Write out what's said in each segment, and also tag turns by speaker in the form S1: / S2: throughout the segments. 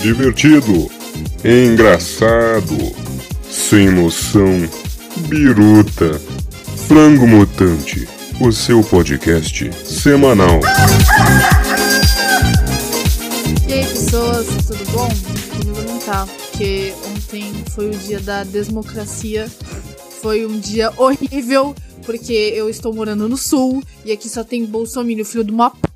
S1: divertido, engraçado, sem noção, biruta. Frango Mutante, o seu podcast semanal.
S2: E aí, pessoas, tudo bom? Comigo não tá, porque ontem foi o dia da democracia. Foi um dia horrível, porque eu estou morando no sul e aqui só tem bolsominion, filho de uma puta.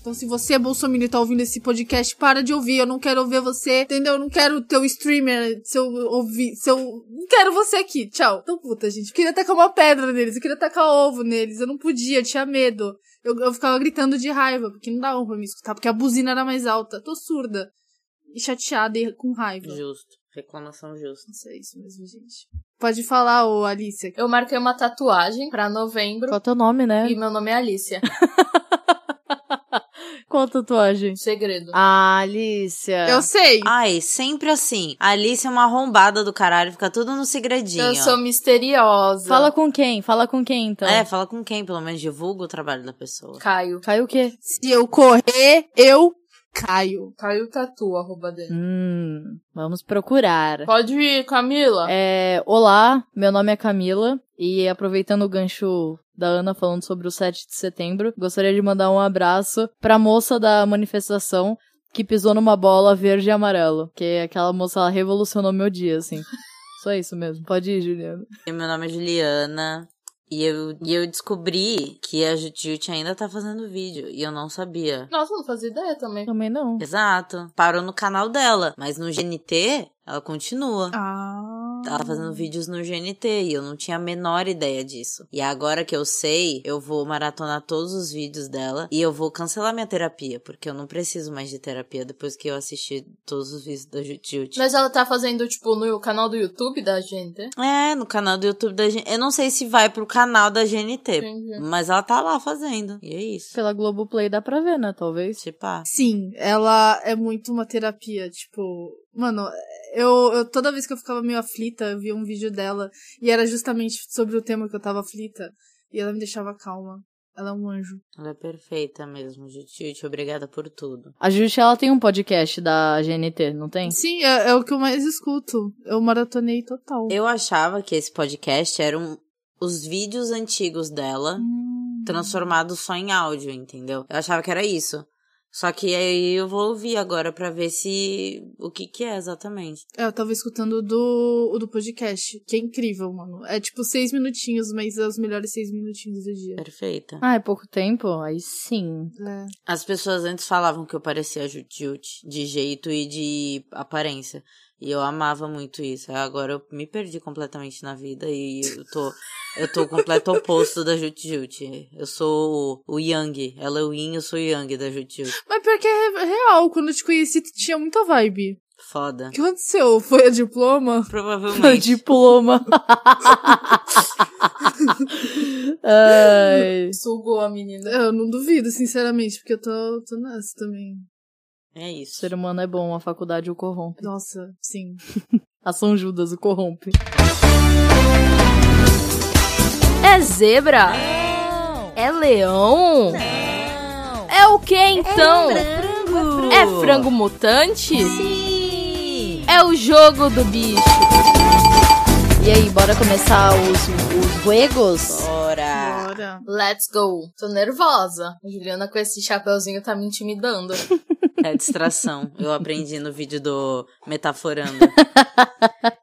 S2: Então, se você é bolsominion e tá ouvindo esse podcast, para de ouvir. Eu não quero ouvir você, entendeu? Eu não quero teu streamer, seu ouvir, seu. Não quero você aqui. Tchau. Então, puta, gente. Eu queria tacar uma pedra neles, eu queria tacar ovo neles. Eu não podia, eu tinha medo. Eu, eu ficava gritando de raiva, porque não dava pra me escutar, porque a buzina era mais alta. Tô surda. E chateada e com raiva.
S3: Justo. Reclamação justa.
S2: Nossa, é isso mesmo, gente. Pode falar, ô Alice.
S4: Eu marquei uma tatuagem pra novembro
S5: Qual é teu nome, né?
S4: e meu nome é Alicia.
S5: Qual a tatuagem?
S4: Segredo.
S5: Ah, Alicia.
S4: É.
S2: Eu sei.
S3: Ai, sempre assim. A Alice é uma arrombada do caralho, fica tudo no segredinho.
S4: Eu sou misteriosa.
S5: Fala com quem? Fala com quem, então?
S3: É, fala com quem, pelo menos divulga o trabalho da pessoa.
S4: Caio.
S5: Caiu o quê?
S2: Se eu correr, eu caio.
S4: Caio Tatu, arroba dele.
S5: Hum, vamos procurar.
S4: Pode ir, Camila.
S5: É, olá, meu nome é Camila e aproveitando o gancho da Ana falando sobre o 7 de setembro, gostaria de mandar um abraço pra moça da manifestação que pisou numa bola verde e amarelo, que aquela moça ela revolucionou meu dia, assim. Só isso mesmo. Pode ir, Juliana.
S3: E meu nome é Juliana. E eu, e eu descobri que a Jujut ainda tá fazendo vídeo. E eu não sabia.
S4: Nossa, não fazia ideia também.
S5: Também não.
S3: Exato. Parou no canal dela. Mas no GNT, ela continua.
S2: Ah.
S3: Ela tá fazendo vídeos no GNT e eu não tinha a menor ideia disso. E agora que eu sei, eu vou maratonar todos os vídeos dela e eu vou cancelar minha terapia, porque eu não preciso mais de terapia depois que eu assisti todos os vídeos da Jutjut.
S4: Mas ela tá fazendo, tipo, no canal do YouTube da gente.
S3: É, no canal do YouTube da GNT. Eu não sei se vai pro canal da GNT,
S4: Entendi.
S3: mas ela tá lá fazendo. E é isso.
S5: Pela Globoplay dá pra ver, né? Talvez.
S3: Tipo, ah,
S2: Sim, ela é muito uma terapia, tipo. Mano, eu, eu toda vez que eu ficava meio aflita, eu via um vídeo dela e era justamente sobre o tema que eu tava aflita. E ela me deixava calma. Ela é um anjo.
S3: ela é perfeita mesmo, Jutjut. Obrigada por tudo.
S5: A Justi, ela tem um podcast da GNT, não tem?
S2: Sim, é, é o que eu mais escuto. Eu maratonei total.
S3: Eu achava que esse podcast eram os vídeos antigos dela. transformado só em áudio, entendeu? Eu achava que era isso. Só que aí eu vou ouvir agora pra ver se o que que é exatamente.
S2: É, Eu tava escutando o do, o do podcast, que é incrível, mano. É tipo seis minutinhos, mas é os melhores seis minutinhos do dia.
S3: Perfeita.
S5: Ah, é pouco tempo? Aí sim.
S2: É.
S3: As pessoas antes falavam que eu parecia a Jujut de jeito e de aparência. E eu amava muito isso. Aí Agora eu me perdi completamente na vida e eu tô eu tô o completo oposto da Jujut. Eu sou o, o Yang, ela é o Yin, eu sou o Yang da Jujut.
S2: Mas pior que é re- real, quando eu te conheci, tu tinha muita vibe.
S3: Foda.
S2: O que aconteceu? Foi a diploma? tipo,
S3: Provavelmente.
S5: Diploma. Ai.
S4: Sugou a menina.
S2: Eu não duvido, sinceramente, porque eu tô, tô nessa também.
S3: É isso.
S5: Ser humano é bom, a faculdade o corrompe.
S2: Nossa, sim.
S5: A São Judas o corrompe.
S4: É zebra? É leão? É o que então? É frango mutante?
S3: Sim.
S4: É o jogo do bicho.
S5: E aí, bora começar os, os juegos?
S3: Bora.
S2: Bora.
S4: Let's go. Tô nervosa. A Juliana com esse chapeuzinho tá me intimidando.
S3: É distração. Eu aprendi no vídeo do Metaforando.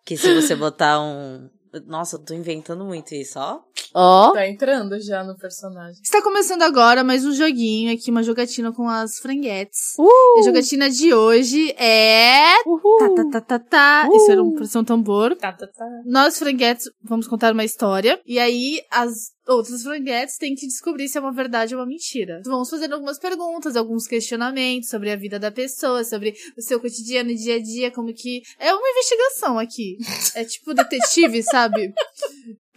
S3: que se você botar um. Nossa, eu tô inventando muito isso, ó.
S5: Ó,
S4: Tá entrando já no personagem.
S2: Está começando agora mais um joguinho aqui, uma jogatina com as franguetes. E a jogatina de hoje é. Tá, tá, tá, tá, tá. Isso era um pressão tambor.
S4: Tá, tá, tá.
S2: Nós, franguetes, vamos contar uma história. E aí, as outras franguetes têm que descobrir se é uma verdade ou uma mentira. Vamos fazendo algumas perguntas, alguns questionamentos sobre a vida da pessoa, sobre o seu cotidiano, dia a dia, como que... É uma investigação aqui. É tipo detetive, sabe?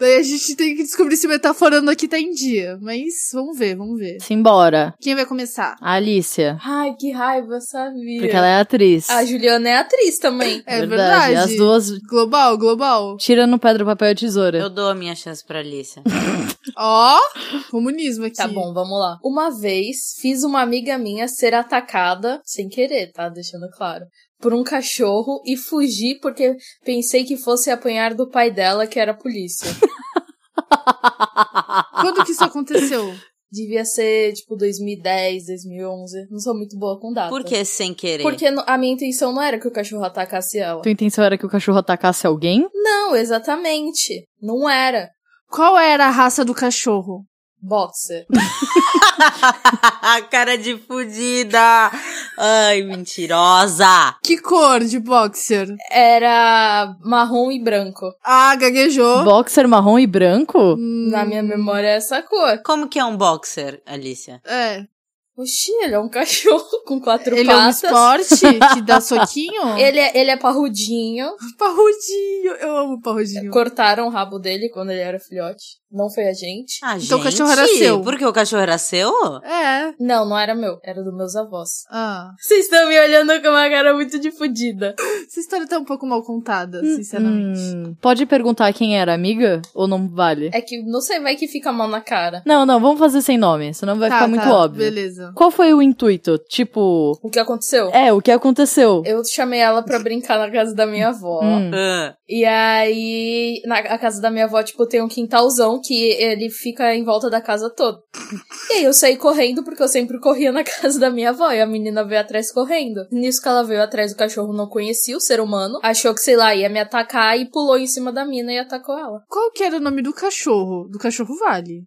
S2: Daí a gente tem que descobrir se o metaforando aqui tá em dia. Mas vamos ver, vamos ver.
S5: simbora.
S2: Quem vai começar?
S5: A Alicia,
S4: Ai, que raiva, eu sabia.
S5: porque ela é atriz.
S4: A Juliana é atriz também.
S2: É verdade.
S5: As duas
S2: Global, global.
S5: tirando pedra, papel e tesoura.
S3: Eu dou a minha chance pra Alicia.
S2: Ó, comunismo aqui.
S4: Tá bom, vamos lá. Uma vez fiz uma amiga minha ser atacada sem querer, tá? Deixando claro. por um cachorro e fugi porque pensei que fosse apanhar do pai dela, que era a polícia.
S2: Quando que isso aconteceu?
S4: Devia ser, tipo, 2010, 2011. Não sou muito boa com data.
S3: Por que sem querer?
S4: Porque no- a minha intenção não era que o cachorro atacasse ela.
S5: Tua intenção era que o cachorro atacasse alguém?
S4: Não, exatamente. Não era.
S2: Qual era a raça do cachorro?
S4: Boxer.
S3: A cara de fudida. Ai, mentirosa.
S2: Que cor de boxer?
S4: Era marrom e branco.
S2: Ah, gaguejou. Hum,
S5: Boxer marrom e branco?
S4: Na minha memória é essa cor.
S3: Como que é um boxer, Alicia?
S2: É.
S4: Oxi, ele é um cachorro com quatro
S2: Ele é um
S4: patas.
S2: esporte que dá soquinho?
S4: Ele é, ele é parrudinho.
S2: Parrudinho. Eu amo parrudinho.
S4: Cortaram o rabo dele quando ele era filhote. Não foi a gente.
S3: Ah,
S2: Então o
S3: gente,
S2: cachorro era seu.
S3: Porque o cachorro era seu?
S2: É.
S4: Não, não era meu. Era dos meus avós.
S2: Ah.
S4: Vocês estão me olhando com uma cara muito de fudida.
S2: Essa história tá um pouco mal contada, sinceramente.
S5: Hum, pode perguntar quem era, amiga? Ou não vale?
S4: É que, não sei, vai que fica mal na cara.
S5: Não, não, vamos fazer sem nome, senão vai
S2: Tá,
S5: ficar muito
S2: tá,
S5: óbvio.
S2: Beleza.
S5: Qual foi o intuito? Tipo,
S4: O que aconteceu?
S5: é, o que aconteceu?
S4: Eu chamei ela pra brincar na casa da minha avó.
S5: Hum.
S3: Ah,
S4: E aí, na a casa da minha avó, tipo, tem um quintalzão que ele fica em volta da casa toda. E aí eu saí correndo, porque eu sempre corria na casa da minha avó, e a menina veio atrás correndo. Nisso que ela veio atrás, o cachorro não conhecia o ser humano, achou que, sei lá, ia me atacar e pulou em cima da mina e atacou ela.
S2: Qual que era o nome do cachorro? Do cachorro vale.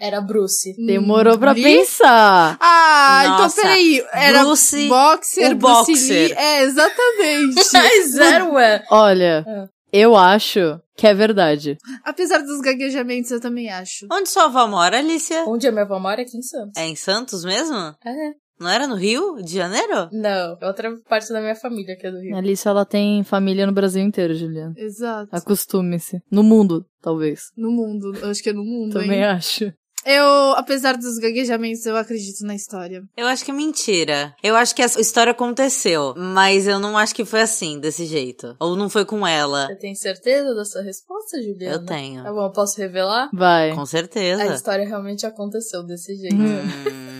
S4: Era Bruce.
S5: Demorou pra
S2: Lee?
S5: pensar.
S2: Ah,
S3: Nossa,
S2: então peraí. Era
S3: Bruce,
S2: boxer,
S3: o
S2: Bruce
S3: boxer.
S2: Lee. É, exatamente.
S4: Mas era, ué.
S5: Olha,
S4: Ah.
S5: eu acho que é verdade.
S2: Apesar dos gaguejamentos, eu também acho.
S3: Onde sua avó mora, Alicia?
S4: Onde a minha avó mora? Aqui em Santos.
S3: É em Santos mesmo?
S4: É.
S3: Não era no Rio de Janeiro?
S4: Não, é outra parte da minha família que é do Rio.
S5: Alice, ela tem família no Brasil inteiro, Juliana.
S2: Exato.
S5: Acostume-se. No mundo, talvez.
S2: No mundo. Eu acho que é no mundo,
S5: Também
S2: hein?
S5: acho.
S2: Eu, apesar dos gaguejamentos, eu acredito na história.
S3: Eu acho que é mentira. Eu acho que essa história aconteceu, mas eu não acho que foi assim, desse jeito. Ou não foi com ela.
S4: Você tem certeza da sua resposta, Juliana?
S3: Eu tenho.
S4: Tá bom, eu posso revelar?
S5: Vai.
S3: Com
S4: A
S3: certeza.
S4: história realmente aconteceu desse jeito.
S3: Uhum. Hum.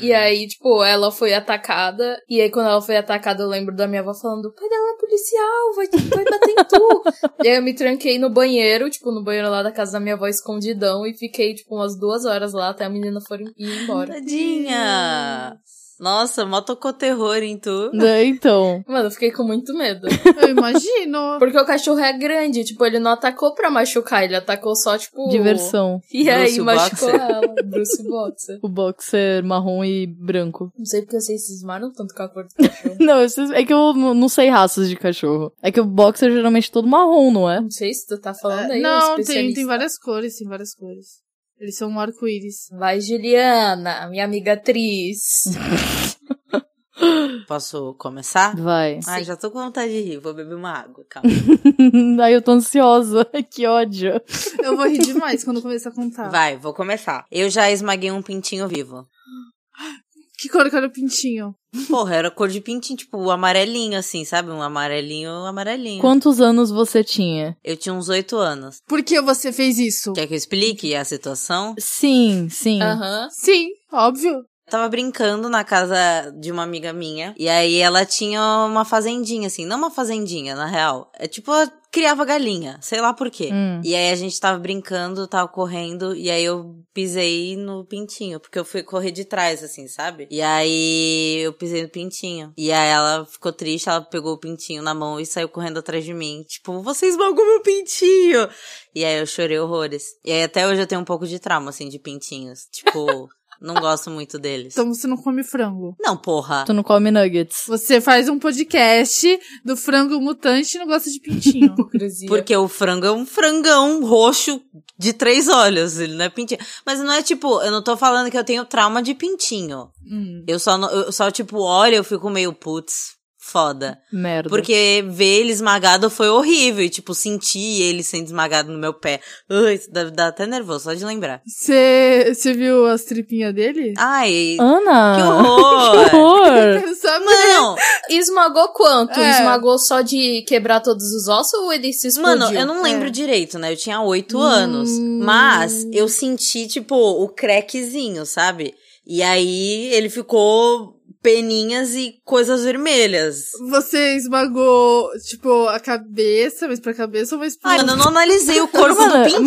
S4: E aí, tipo, ela foi atacada. E aí, quando ela foi atacada, eu lembro da minha avó falando: pai dela é policial, vai, vai bater em tu. e aí, eu me tranquei no banheiro, tipo, no banheiro lá da casa da minha avó, escondidão. E fiquei, tipo, umas duas horas lá até a menina for em- ir embora.
S3: Tadinha! Nossa, mó tocou terror em tu.
S5: Né, Então,
S4: Mano, eu fiquei com muito medo.
S2: Eu imagino.
S4: Porque o cachorro é grande, tipo, ele não atacou pra machucar, ele atacou só, tipo.
S5: diversão.
S4: E aí,
S3: Bruce
S4: machucou
S3: Boxer.
S4: ela. Bruce Boxer.
S5: O boxer marrom e branco.
S4: Não sei porque vocês cismaram tanto com a cor do cachorro.
S5: Não, esses- é que eu n- não sei raças de cachorro. É que o boxer é geralmente todo marrom, não é?
S4: Não sei se tu tá falando aí, um
S2: É, Não, tem,
S4: especialista.
S2: tem várias cores, tem várias cores. Eles são um arco-íris.
S4: Vai, Juliana, minha amiga atriz.
S3: Posso começar?
S5: Vai.
S3: Ai, já tô com vontade de rir. Vou beber uma água, calma.
S5: Ai, eu tô ansiosa. que ódio.
S2: Eu vou rir demais quando começar a contar.
S3: Vai, vou começar. Eu já esmaguei um pintinho vivo.
S2: Que cor que era o pintinho?
S3: Porra, era cor de pintinho, tipo amarelinho, assim, sabe? Um amarelinho, amarelinho.
S5: Quantos anos você tinha?
S3: Eu tinha uns oito anos.
S2: Por que você fez isso?
S3: Quer que eu explique a situação?
S5: Sim, sim.
S4: Aham.
S2: Sim, óbvio.
S3: Tava brincando na casa de uma amiga minha. E aí ela tinha uma fazendinha, assim. Não uma fazendinha, na real. É tipo, ela criava galinha. Sei lá por quê.
S5: Hum.
S3: E aí a gente tava brincando, tava correndo, e aí eu pisei no pintinho, porque eu fui correr de trás, assim, sabe? E aí eu pisei no pintinho. E aí ela ficou triste, ela pegou o pintinho na mão e saiu correndo atrás de mim. Tipo, você esmagou meu pintinho! E aí eu chorei horrores. E aí até hoje eu tenho um pouco de trauma, assim, de pintinhos. Tipo, não gosto muito deles.
S2: Então você não come frango.
S3: Não, porra.
S5: Tu não come nuggets.
S2: Você faz um podcast do frango mutante e não gosta de pintinho.
S4: Hipocrisia.
S3: Porque o frango é um frangão roxo de três olhos, ele não é pintinho. Mas não é tipo, eu não tô falando que eu tenho trauma de pintinho.
S2: Hum.
S3: Eu só, não- eu só tipo, olho eu fico meio, putz, foda.
S5: Merda.
S3: Porque ver ele esmagado foi horrível. E, tipo, sentir ele sendo esmagado no meu pé. Ai, isso deve dar até nervoso, só de lembrar.
S2: Você você viu as tripinhas dele?
S3: Ai,
S5: Ana!
S3: que horror!
S5: Ah. Que horror!
S2: Essa mulher-
S3: Mano,
S4: Esmagou quanto?
S2: É.
S4: Esmagou só de quebrar todos os ossos ou ele se explodiu?
S3: Mano, eu não lembro
S2: É.
S3: direito, né? Eu tinha oito anos. Mas eu senti, tipo, o crequezinho, sabe? E aí ele ficou peninhas e coisas vermelhas.
S2: Você esmagou, tipo, a cabeça, mas pra cabeça ou mais pra...
S3: Ai, Ah, eu não analisei o corpo do
S5: Mano,
S3: pintinho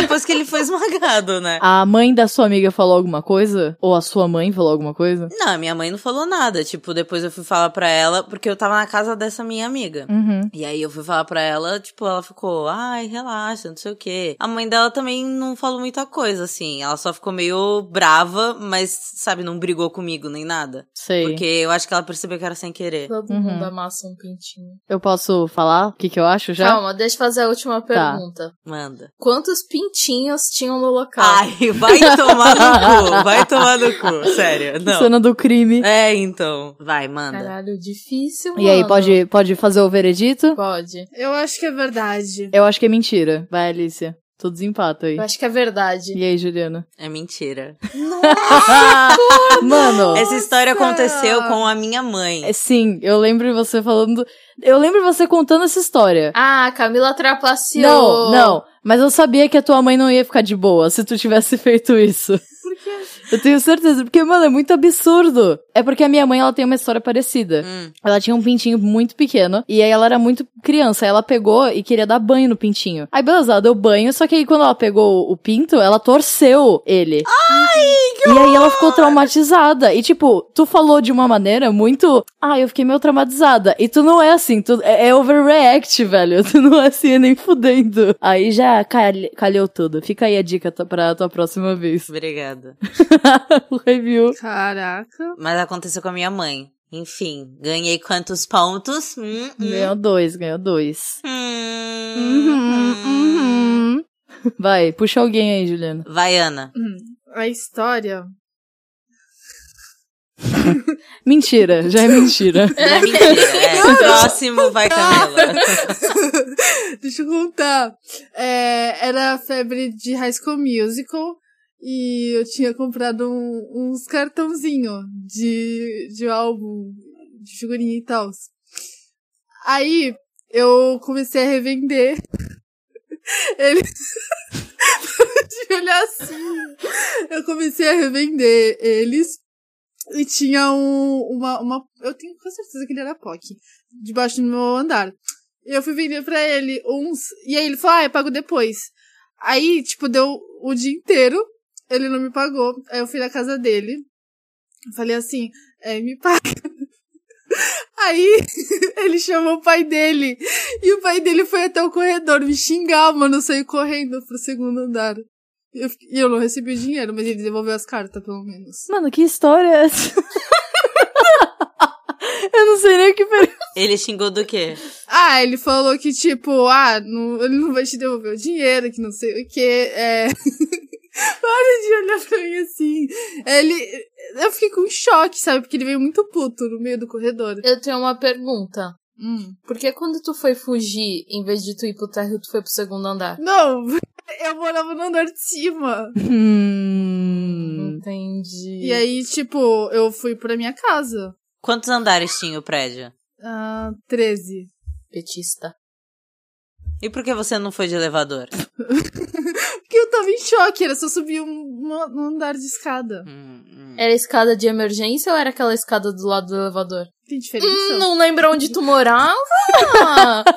S3: depois que ele foi esmagado, né?
S5: A mãe da sua amiga falou alguma coisa? Ou a sua mãe falou alguma coisa?
S3: Não, minha mãe não falou nada. Tipo, depois eu fui falar pra ela, porque eu tava na casa dessa minha amiga.
S5: Uhum.
S3: E aí eu fui falar pra ela, tipo, ela ficou, ai, relaxa, não sei o quê. A mãe dela também não falou muita coisa, assim. Ela só ficou meio brava, mas, sabe, não brigou comigo nem nada.
S5: Sei.
S3: Porque eu acho que ela percebeu que era sem querer.
S4: Todo
S5: Uhum.
S4: mundo amassa um pintinho.
S5: Eu posso falar o que, que eu acho já?
S4: Calma, deixa eu fazer a última pergunta.
S3: Manda.
S4: Quantos pintinhos tinham no local?
S3: Ai, vai tomar no cu, vai tomar no cu, sério, não.
S5: Cena do crime.
S3: É, então. Vai, manda.
S4: Caralho, difícil,
S5: E aí,
S4: mano.
S5: pode, pode fazer o veredito?
S4: Pode.
S2: Eu acho que é verdade.
S5: Eu acho que é mentira. Vai, Alicia. Tu desempata aí.
S4: Eu acho que é verdade.
S5: E aí, Juliana?
S3: É mentira. Ah!
S5: Mano,
S3: Essa história aconteceu com a minha mãe.
S5: é- sim, eu lembro você falando. Eu lembro você contando essa história.
S4: Ah, a Camila trapaceou.
S5: Não, não. Mas eu sabia que a tua mãe não ia ficar de boa se tu tivesse feito isso.
S2: Por quê?
S5: Eu tenho certeza, porque, mano, é muito absurdo. É porque a minha mãe, ela tem uma história parecida.
S3: Hum.
S5: Ela tinha um pintinho muito pequeno, e aí ela era muito criança, aí ela pegou e queria dar banho no pintinho. Aí, beleza, ela deu banho, só que aí quando ela pegou o pinto, ela torceu ele. E aí ela ficou traumatizada. E tipo, tu falou de uma maneira muito. Ah, eu fiquei meio traumatizada. E tu não é assim, tu é é overreact, velho. Tu não é assim, é nem fudendo. Aí já calhe- calhou tudo. Fica aí a dica t- pra tua próxima vez.
S3: Obrigada.
S5: o review.
S2: Caraca.
S3: Mas aconteceu com a minha mãe. Enfim, ganhei quantos pontos? Hum, hum,
S5: Ganhou dois, ganhou dois.
S3: hum, hum.
S5: Vai, puxa alguém aí, Juliana.
S3: Vai, Ana.
S2: A história...
S5: Mentira, já é mentira.
S3: É mentira. É. Próximo, vai, Camila.
S2: Deixa eu contar. É, era a febre de High School Musical. E eu tinha comprado um- uns cartãozinho de, de álbum, de figurinha e tal. Aí eu comecei a revender. Ele. Para de olhar assim. Eu comecei a revender eles. E tinha um, uma, uma. Eu tenho com certeza que ele era POC. Debaixo do meu andar. E eu fui vender pra ele uns. E aí ele falou, ah, eu pago depois. Aí, tipo, deu o dia inteiro. Ele não me pagou. Aí eu fui na casa dele. Falei assim, é, me paga. Aí ele chamou o pai dele. E o pai dele foi até o corredor me xingar, mano. Eu saí correndo pro segundo andar. E eu, fiquei- e eu não recebi o dinheiro, mas ele devolveu as cartas, pelo menos.
S5: Mano, que história é essa? Eu não sei nem o que per-
S3: Ele xingou do quê?
S2: Ah, ele falou que, tipo, ah, não- ele não vai te devolver o dinheiro, que não sei o quê. É... Para de olhar pra mim assim. Ele. Eu fiquei com choque, sabe? Porque ele veio muito puto no meio do corredor.
S4: Eu tenho uma pergunta.
S2: Hum.
S4: Por que quando tu foi fugir, em vez de tu ir pro térreo, tu foi pro segundo andar?
S2: Não, eu morava no andar de cima.
S5: Hum.
S4: Entendi.
S2: E aí, tipo, eu fui pra minha casa.
S3: Quantos andares tinha o prédio?
S2: Ah, 13.
S4: Petista.
S3: E por que você não foi de elevador?
S2: Porque eu tava em choque, era só subir um, uma- um andar de escada.
S3: Hum, hum.
S4: Era escada de emergência ou era aquela escada do lado do elevador?
S2: Tem diferença?
S4: Hum, não lembra onde tu morava?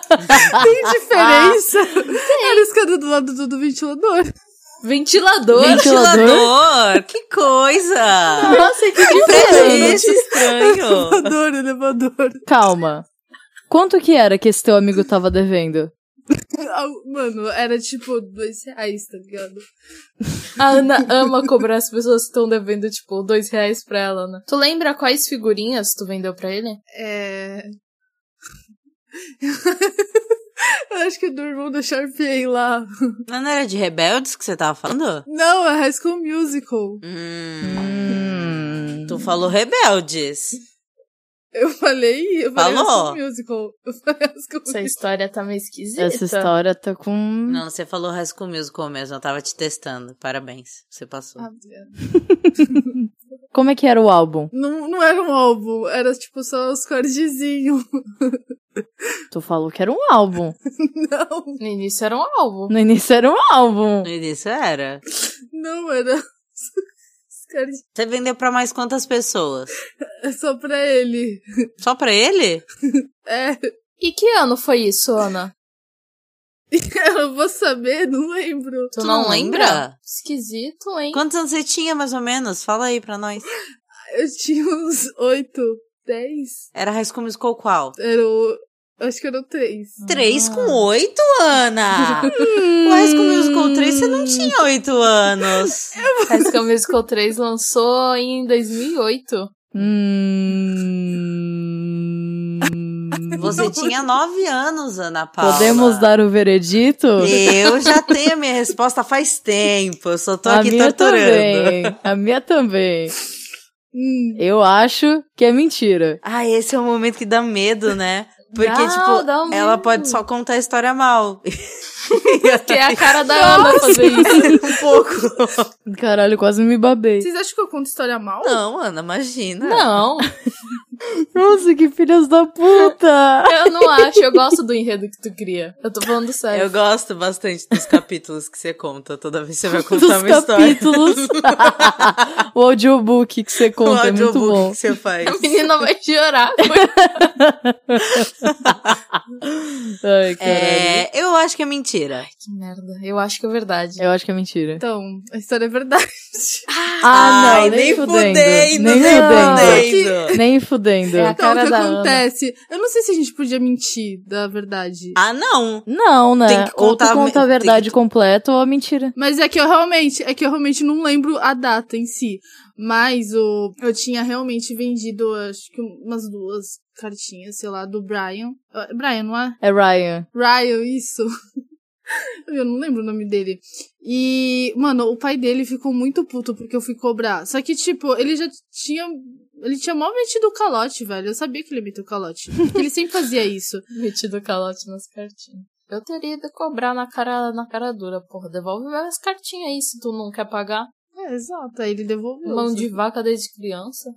S2: Tem diferença? Era a escada do lado do- do ventilador.
S4: Ventilador?
S3: Ventilador? Que coisa!
S5: Nossa, que
S3: Prédio
S5: diferente.
S3: esse estranho.
S2: Elevador, elevador.
S5: Calma. Quanto que era que esse teu amigo tava devendo?
S2: Ah, Mano, era tipo dois reais, tá ligado?
S4: A Ana ama cobrar as pessoas que estão devendo, tipo, dois reais pra ela, né? Tu lembra quais figurinhas tu vendeu pra ele?
S2: É. Eu acho que é do irmão da Sharpay lá.
S3: Mas Não era de rebeldes que você tava falando?
S2: Não, é High School Musical.
S3: Hum,
S5: Hum.
S3: tu falou rebeldes.
S2: Eu falei. Eu falei
S3: Falou?
S2: High School Musical. Eu falei High School
S4: Essa
S2: Musical.
S4: história tá meio esquisita.
S5: Essa história tá com.
S3: Não, você falou High School Musical mesmo, eu tava te testando. Parabéns, você passou.
S2: Ah, obrigada.
S5: Como é que era o álbum?
S2: não, não era um álbum, era tipo só os cordezinhos.
S5: Tu falou que era um álbum.
S2: Não,
S4: No início era um alvo.
S5: No início era um álbum.
S3: No início era.
S2: não era. os cara de...
S3: Você vendeu pra mais quantas pessoas?
S2: É só pra ele.
S3: Só pra ele?
S2: É,
S4: E que ano foi isso, Ana?
S2: eu vou saber, não lembro.
S3: Tu não lembra?
S4: Esquisito, hein?
S3: Quantos anos você tinha, mais ou menos? Fala aí pra nós.
S2: Eu tinha uns oito, dez.
S3: Era High School Musical qual?
S2: Era o... Acho que eram três.
S3: Três
S5: Ah.
S3: com oito, Ana! o High School Musical 3 você não tinha oito anos.
S4: High School Musical 3 lançou em 2008.
S5: Hum...
S3: Você tinha nove anos, Ana Paula.
S5: Podemos dar o veredito?
S3: Eu já tenho a minha resposta faz tempo. Eu só tô
S5: a
S3: aqui
S5: minha
S3: torturando.
S5: também. A minha também.
S2: Hum,
S5: Eu acho que é mentira.
S3: Ah, esse é o momento que dá medo, né? Porque,
S4: Dá,
S3: tipo,
S4: dá um
S3: ela
S4: medo.
S3: pode só contar a história mal.
S4: Que é a cara da Ana fazer isso.
S3: um pouco.
S5: Caralho, quase me babei.
S2: Vocês acham que eu conto história mal?
S3: Não, Ana, imagina.
S4: Não,
S5: Nossa, que filhas da puta!
S4: eu não acho. Eu gosto do enredo que tu cria. Eu tô falando sério.
S3: Eu gosto bastante dos capítulos que você conta. Toda vez que você vai contar
S5: Dos
S3: uma história.
S5: capítulos. o audiobook que você
S3: O
S5: conta é muito
S3: audiobook
S5: bom. É
S3: que você faz.
S4: A menina vai chorar.
S5: Ai, caralho.
S3: É, eu acho que é mentira.
S4: Que merda. Eu acho que é verdade.
S5: Eu acho que é mentira.
S2: Então, a história é verdade.
S5: Ah,
S3: Ai,
S5: não, nem fudendo.
S3: fudendo,
S5: Nem
S3: nem
S5: fudendo.
S3: fudendo.
S5: Nem fudendo.
S4: É. A
S2: Então, o
S4: cara
S2: que
S4: da Ana.
S2: acontece? Eu não sei se a gente podia mentir da verdade.
S3: Ah, não.
S5: Não, né?
S3: Tem que
S5: ou tu
S3: contar-
S5: conta a
S3: tem que-
S5: verdade completa ou a mentira.
S2: Mas é que eu realmente, é que eu realmente não lembro a data em si. Mas o, eu tinha realmente vendido, acho que umas duas cartinhas, sei lá, do Brian. Ah, Brian, não é?
S5: É Ryan.
S2: Ryan, isso. Eu não lembro o nome dele. E, mano, o pai dele ficou muito puto porque eu fui cobrar. Só que, tipo, ele já tinha. Ele tinha mó metido o calote, velho. Eu sabia que ele meteu o calote. Porque ele sempre fazia isso.
S4: Metido calote nas cartinhas. Eu teria de cobrar na cara, na cara dura, porra. Devolve as cartinhas aí se tu não quer pagar.
S2: É, exato. Aí ele devolveu. assim.
S4: Mão de vaca desde criança.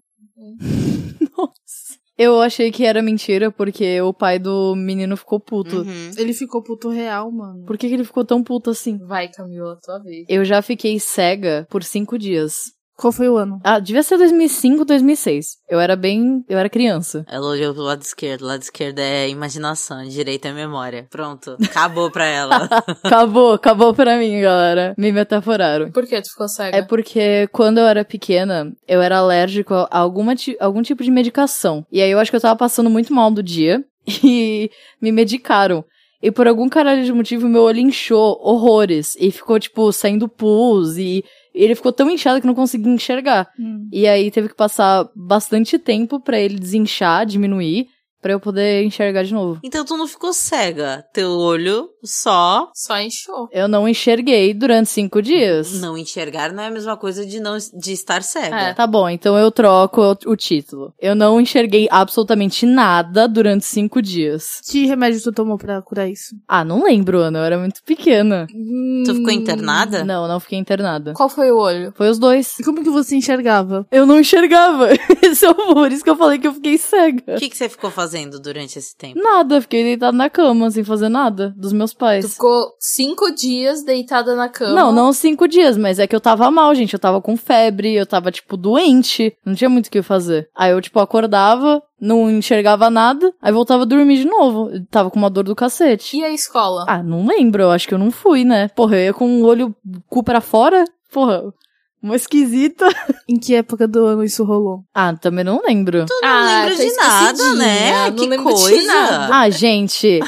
S5: Eu achei que era mentira porque o pai do menino ficou puto.
S3: Uhum.
S2: Ele ficou puto real, mano.
S5: Por que, que ele ficou tão puto assim?
S4: Vai, Camila, tua vez.
S5: Eu já fiquei cega por cinco dias.
S2: Qual foi o ano?
S5: Ah, devia ser 2005, 2006. Eu era bem. Eu era criança.
S3: Ela olhou pro lado esquerdo. O lado esquerdo é imaginação, direita é memória. Pronto. Acabou pra ela.
S5: Acabou, acabou pra mim, galera. Me metaforaram.
S4: Por que tu ficou cega?
S5: É porque quando eu era pequena, eu era alérgico a alguma ti- algum tipo de medicação. E aí eu acho que eu tava passando muito mal do dia e me medicaram. E por algum caralho de motivo, meu olho inchou horrores. E ficou, tipo, saindo pus. E ele ficou tão inchado que eu não conseguia enxergar.
S2: Hum.
S5: E aí teve que passar bastante tempo pra ele desinchar, diminuir, pra eu poder enxergar de novo.
S3: Então tu não ficou cega. Teu olho só.
S4: Só encheu.
S5: Eu não enxerguei durante cinco dias.
S3: Não enxergar não é a mesma coisa de não de estar cega.
S4: É.
S5: Tá bom, então eu troco o o título. Eu não enxerguei absolutamente nada durante cinco dias.
S2: Que remédio tu tomou pra curar isso?
S5: Ah, não lembro, Ana, eu era muito pequena.
S3: Tu ficou internada?
S5: Hum, Não, não fiquei internada.
S4: Qual foi o olho?
S5: Foi os dois.
S2: Como que você enxergava?
S5: Eu não enxergava. Esse é o- por isso que eu falei que eu fiquei cega.
S3: O que, que você ficou fazendo durante esse tempo?
S5: Nada, eu fiquei deitada na cama, sem fazer nada, dos meus
S4: Tu
S5: pais.
S4: ficou cinco dias deitada na cama.
S5: Não, não cinco dias, mas é que eu tava mal, gente. Eu tava com febre, eu tava, tipo, doente. Não tinha muito o que fazer. Aí eu, tipo, acordava, não enxergava nada, aí voltava a dormir de novo. Eu tava com uma dor do cacete.
S4: E a escola?
S5: Ah, não lembro, eu acho que eu não fui, né? Porra, eu ia com o olho cu pra fora? Porra, uma esquisita.
S2: Em que época do ano isso rolou?
S5: Ah, também não lembro.
S3: Tu não lembra
S4: tá
S3: de nada,
S4: esquecidinha.
S3: né?
S4: Não
S3: que
S4: lembro de
S3: coisa.
S4: nada.
S5: Ah, gente.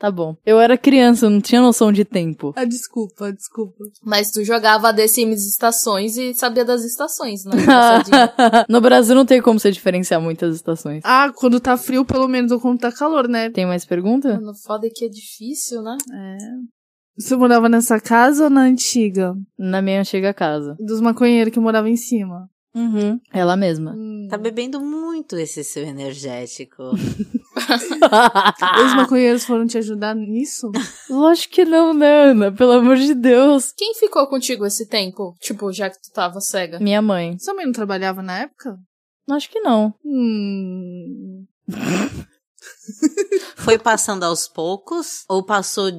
S5: Tá bom. Eu era criança, eu não tinha noção de tempo.
S2: Ah, desculpa, desculpa.
S4: Mas tu jogava The Sims Estações e sabia das estações, né? engraçadinha?
S5: no Brasil não tem como você diferenciar muitas estações.
S2: Ah, quando tá frio, pelo menos, ou quando tá calor, né?
S5: Tem mais pergunta?
S4: Mano, foda é que é difícil, né?
S2: Você morava nessa casa ou na antiga?
S5: Na minha antiga casa.
S2: Dos maconheiros que morava em cima.
S5: Uhum. Ela mesma.
S2: Hum.
S3: Tá bebendo muito esse seu energético.
S2: Os maconheiros foram te ajudar nisso?
S5: Lógico que não, né, Ana? Pelo amor de Deus.
S4: Quem ficou contigo esse tempo? Tipo, já que tu tava cega.
S5: Minha mãe.
S2: Sua mãe não trabalhava na época?
S5: Acho que não.
S2: Hum.
S3: Foi passando aos poucos? Ou passou,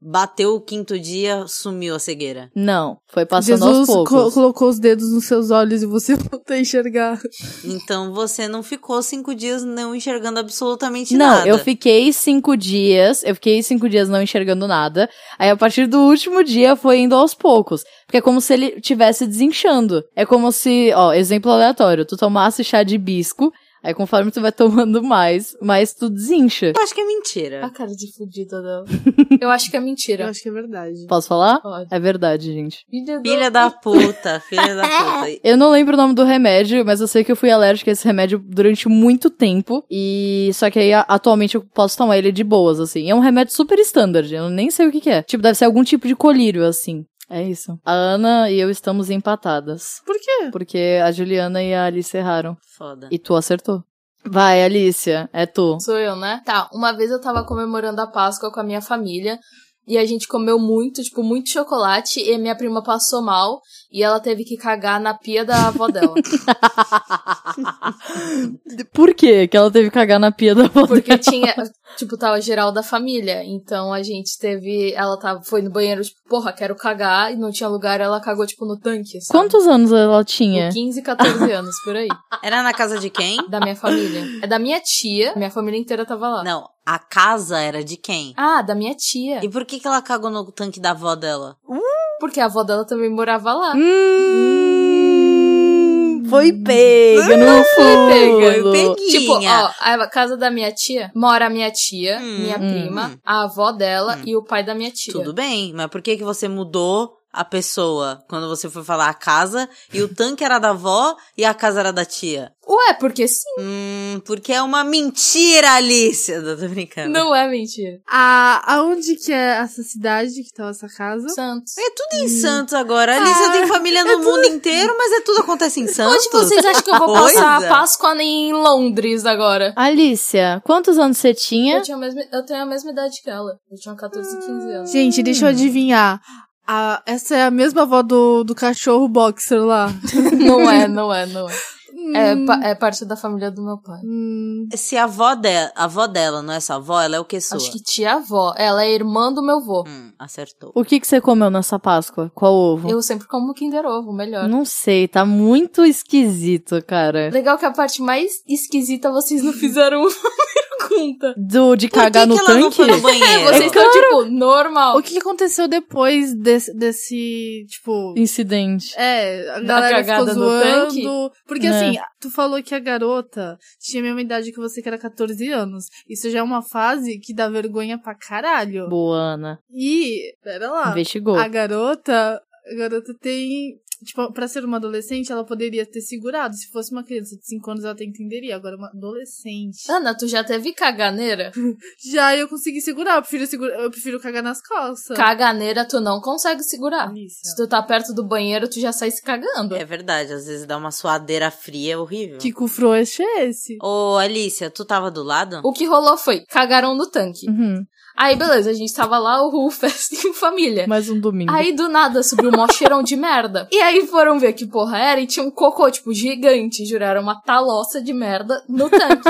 S3: bateu o quinto dia, sumiu a cegueira?
S5: Não, foi passando aos
S2: Jesus co-
S5: poucos.
S2: colocou os dedos nos seus olhos e você tá voltou a enxergar.
S3: Então você não ficou cinco dias não enxergando absolutamente
S5: Não,
S3: nada.
S5: eu fiquei cinco dias, eu fiquei cinco dias não enxergando nada. Aí a partir do último dia foi indo aos poucos. Porque é como se ele tivesse desinchando. É como se, ó, exemplo aleatório, tu tomasse chá de bisco, aí conforme tu vai tomando mais, mais tu desincha.
S3: Eu acho que é mentira.
S4: A cara de fudida dela. Eu acho que é
S2: Eu
S4: mentira.
S2: acho que é verdade.
S5: Posso falar?
S4: Pode.
S5: É verdade, gente.
S4: Filha,
S3: Filha da puta, filha da puta.
S5: Eu não lembro o nome do remédio, mas eu sei que eu fui alérgica a esse remédio durante muito tempo. E só que aí a- atualmente eu posso tomar ele de boas, assim. É um remédio super standard, eu nem sei o que, que é. Tipo, deve ser algum tipo de colírio, assim. É isso. A Ana e eu estamos empatadas.
S2: Por quê?
S5: Porque a Juliana e a Alice erraram.
S3: Foda.
S5: E tu acertou. Vai, Alicia, é tu.
S4: Sou eu, né? Tá, uma vez eu tava comemorando a Páscoa com a minha família. E a gente comeu muito, tipo, muito chocolate. E minha prima passou mal. E ela teve que cagar na pia da avó dela.
S5: Por quê que ela teve que cagar na pia da avó
S4: Porque
S5: dela?
S4: tinha, tipo, tava geral da família. Então a gente teve. Ela tava, foi no banheiro, tipo, porra, quero cagar. E não tinha lugar, ela cagou, tipo, no tanque. sabe?
S5: Quantos anos ela
S4: Tipo,
S5: tinha?
S4: 15, 14 anos, por aí.
S3: Era na casa de quem?
S4: Da minha família. É da minha tia. Minha família inteira tava lá.
S3: Não, a casa era de quem?
S4: Ah, da minha tia.
S3: E por que, que ela cagou no tanque da avó dela?
S4: Porque a avó dela também morava lá.
S5: Hum, foi pega, não foi
S3: pega.
S5: Lu.
S3: Foi peguinha.
S4: Tipo, ó, a casa da minha tia mora a minha tia,
S3: Hum,
S4: minha
S5: hum,
S4: prima,
S3: hum.
S4: a avó dela e o pai da minha tia.
S3: Tudo bem, mas por que, que você mudou a pessoa quando você foi falar a casa e o tanque era da avó e a casa era da tia?
S4: Ué, porque sim,
S3: Hum, porque é uma mentira, Alice. Não, tô brincando.
S4: não é mentira.
S2: A, aonde que é essa cidade que tava essa casa?
S4: Santos.
S3: É tudo em Santos
S4: Ah,
S3: agora. A Alice tem família no mundo inteiro, mas é tudo acontece em Santos. é.
S4: Onde vocês acham que eu vou passar
S3: Coisa.
S4: a Páscoa em Londres agora?
S5: Alicia, quantos anos você tinha?
S4: Eu, tinha a mesma, eu tenho a mesma idade que ela. Eu tinha
S3: Hum.
S4: 14, 15 anos.
S2: Gente, deixa eu adivinhar. A- essa é a mesma avó do, do cachorro boxer lá.
S4: Não é, não é, não é.
S3: Hum.
S4: É, pa- é parte da família do meu pai.
S2: Hum,
S3: Se a avó, de, a avó dela não é sua avó, ela é o que sua?
S4: Acho que tia-avó. Ela é irmã do meu vô.
S3: Hum, acertou.
S5: O que, que você comeu nessa Páscoa? Qual
S3: Hum.
S5: ovo?
S4: Eu sempre como Kinder Ovo, melhor.
S5: Não sei, tá muito esquisito,
S3: Hum.
S5: cara.
S4: Legal que a parte mais esquisita vocês não fizeram uma pergunta.
S5: Do de
S3: Por que
S5: cagar
S3: que
S5: no
S3: ela não
S5: tanque?
S3: foi no banheiro?
S4: Vocês estão, tipo, normal.
S2: o que que aconteceu depois desse, desse tipo...
S5: Incidente.
S2: É, a
S4: Da
S2: galera ficou
S4: cagada no
S2: zoando. Porque
S5: É.
S2: assim, tu falou que a garota tinha a mesma idade que você, que era 14 anos. Isso já é uma fase que dá vergonha pra caralho.
S5: Boa, Ana.
S2: E, pera
S3: Ah,
S2: lá,
S5: Investigou.
S2: a garota, a garota tem... Tipo, pra ser uma adolescente, ela poderia ter segurado. Se fosse uma criança de 5 anos, ela até entenderia. Agora, uma adolescente...
S4: Ana, tu já teve caganeira?
S2: Já eu consegui segurar. Eu prefiro, segura... eu prefiro cagar nas calças.
S4: Caganeira tu não consegue segurar.
S2: Delícia.
S4: Se tu tá perto do banheiro, tu já sai se cagando.
S3: É verdade, às vezes dá uma suadeira fria horrível.
S2: Que cufroeste é esse?
S3: Ô, Alicia, tu tava do lado?
S4: O que rolou foi, cagaram no tanque.
S5: Uhum.
S4: Aí, beleza, a gente tava lá, o festa em família.
S5: Mais um domingo.
S4: Aí, do nada, subiu um mó cheirão de merda. E aí foram ver que porra era e tinha um cocô, tipo, gigante. Juraram uma talossa de merda no tanque.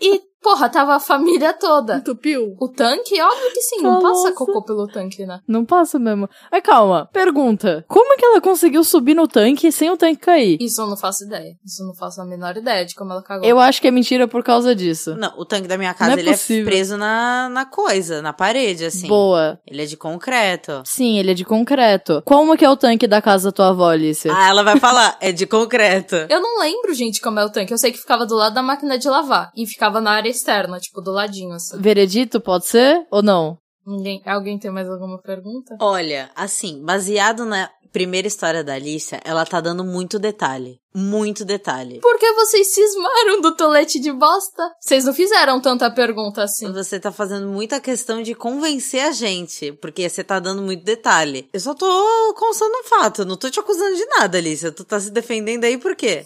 S4: e, porra, tava a família toda.
S2: Entupiu?
S4: O tanque? Óbvio que sim, não
S5: Talossa.
S4: passa cocô pelo tanque, né?
S5: Não passa mesmo. Mas calma, pergunta. Como é que ela conseguiu subir no tanque sem o tanque cair?
S4: Isso eu não faço ideia. Isso eu não faço a menor ideia de como ela cagou.
S5: Eu acho que é mentira por causa disso.
S3: Não, o tanque da minha
S5: Não
S3: casa,
S5: é
S3: ele é
S5: possível.
S3: preso na, na coisa, na parede, assim.
S5: Boa.
S3: Ele é de concreto.
S5: Sim, ele é de concreto. Como que é o tanque da casa da tua avó, Alicia?
S3: Ah, ela vai falar, é de concreto.
S4: Eu não lembro, gente, como é o tanque. Eu sei que ficava do lado da máquina de lavar. E ficava na área externa, tipo, do ladinho, assim.
S5: Veredito, pode ser ou não?
S4: Ninguém... Alguém tem mais alguma pergunta?
S3: Olha, assim, baseado na primeira história da Alicia, ela tá dando muito detalhe. Muito detalhe.
S4: Por que vocês cismaram do tolete de bosta? Vocês não fizeram tanta pergunta assim.
S3: Você tá fazendo muita questão de convencer a gente, porque você tá dando muito detalhe. Eu só tô constando um fato, eu não tô te acusando de nada, Alicia. Tu tá se defendendo aí por quê?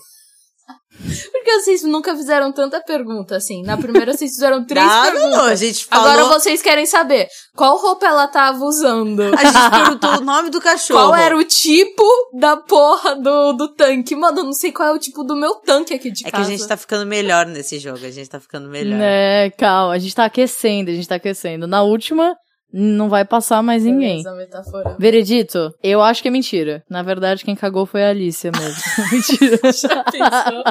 S4: Porque vocês nunca fizeram tanta pergunta assim. Na primeira vocês fizeram três
S3: Não, não,
S4: perguntas.
S3: não, a gente falou.
S4: Agora vocês querem saber qual roupa ela tava usando.
S3: A gente perguntou o nome do cachorro.
S4: Qual era o tipo da porra do, do tanque? Mano, eu não sei qual é o tipo do meu tanque aqui de
S3: É que a
S4: casa.
S3: gente tá ficando melhor nesse jogo, a gente tá ficando melhor.
S5: Né, calma, a gente tá aquecendo, a gente tá aquecendo. Na última, não vai passar mais ninguém.
S4: Beleza, metáfora.
S5: Veredito, eu acho que é mentira. Na verdade, quem cagou foi a Alicia mesmo. mentira.
S4: Já pensou?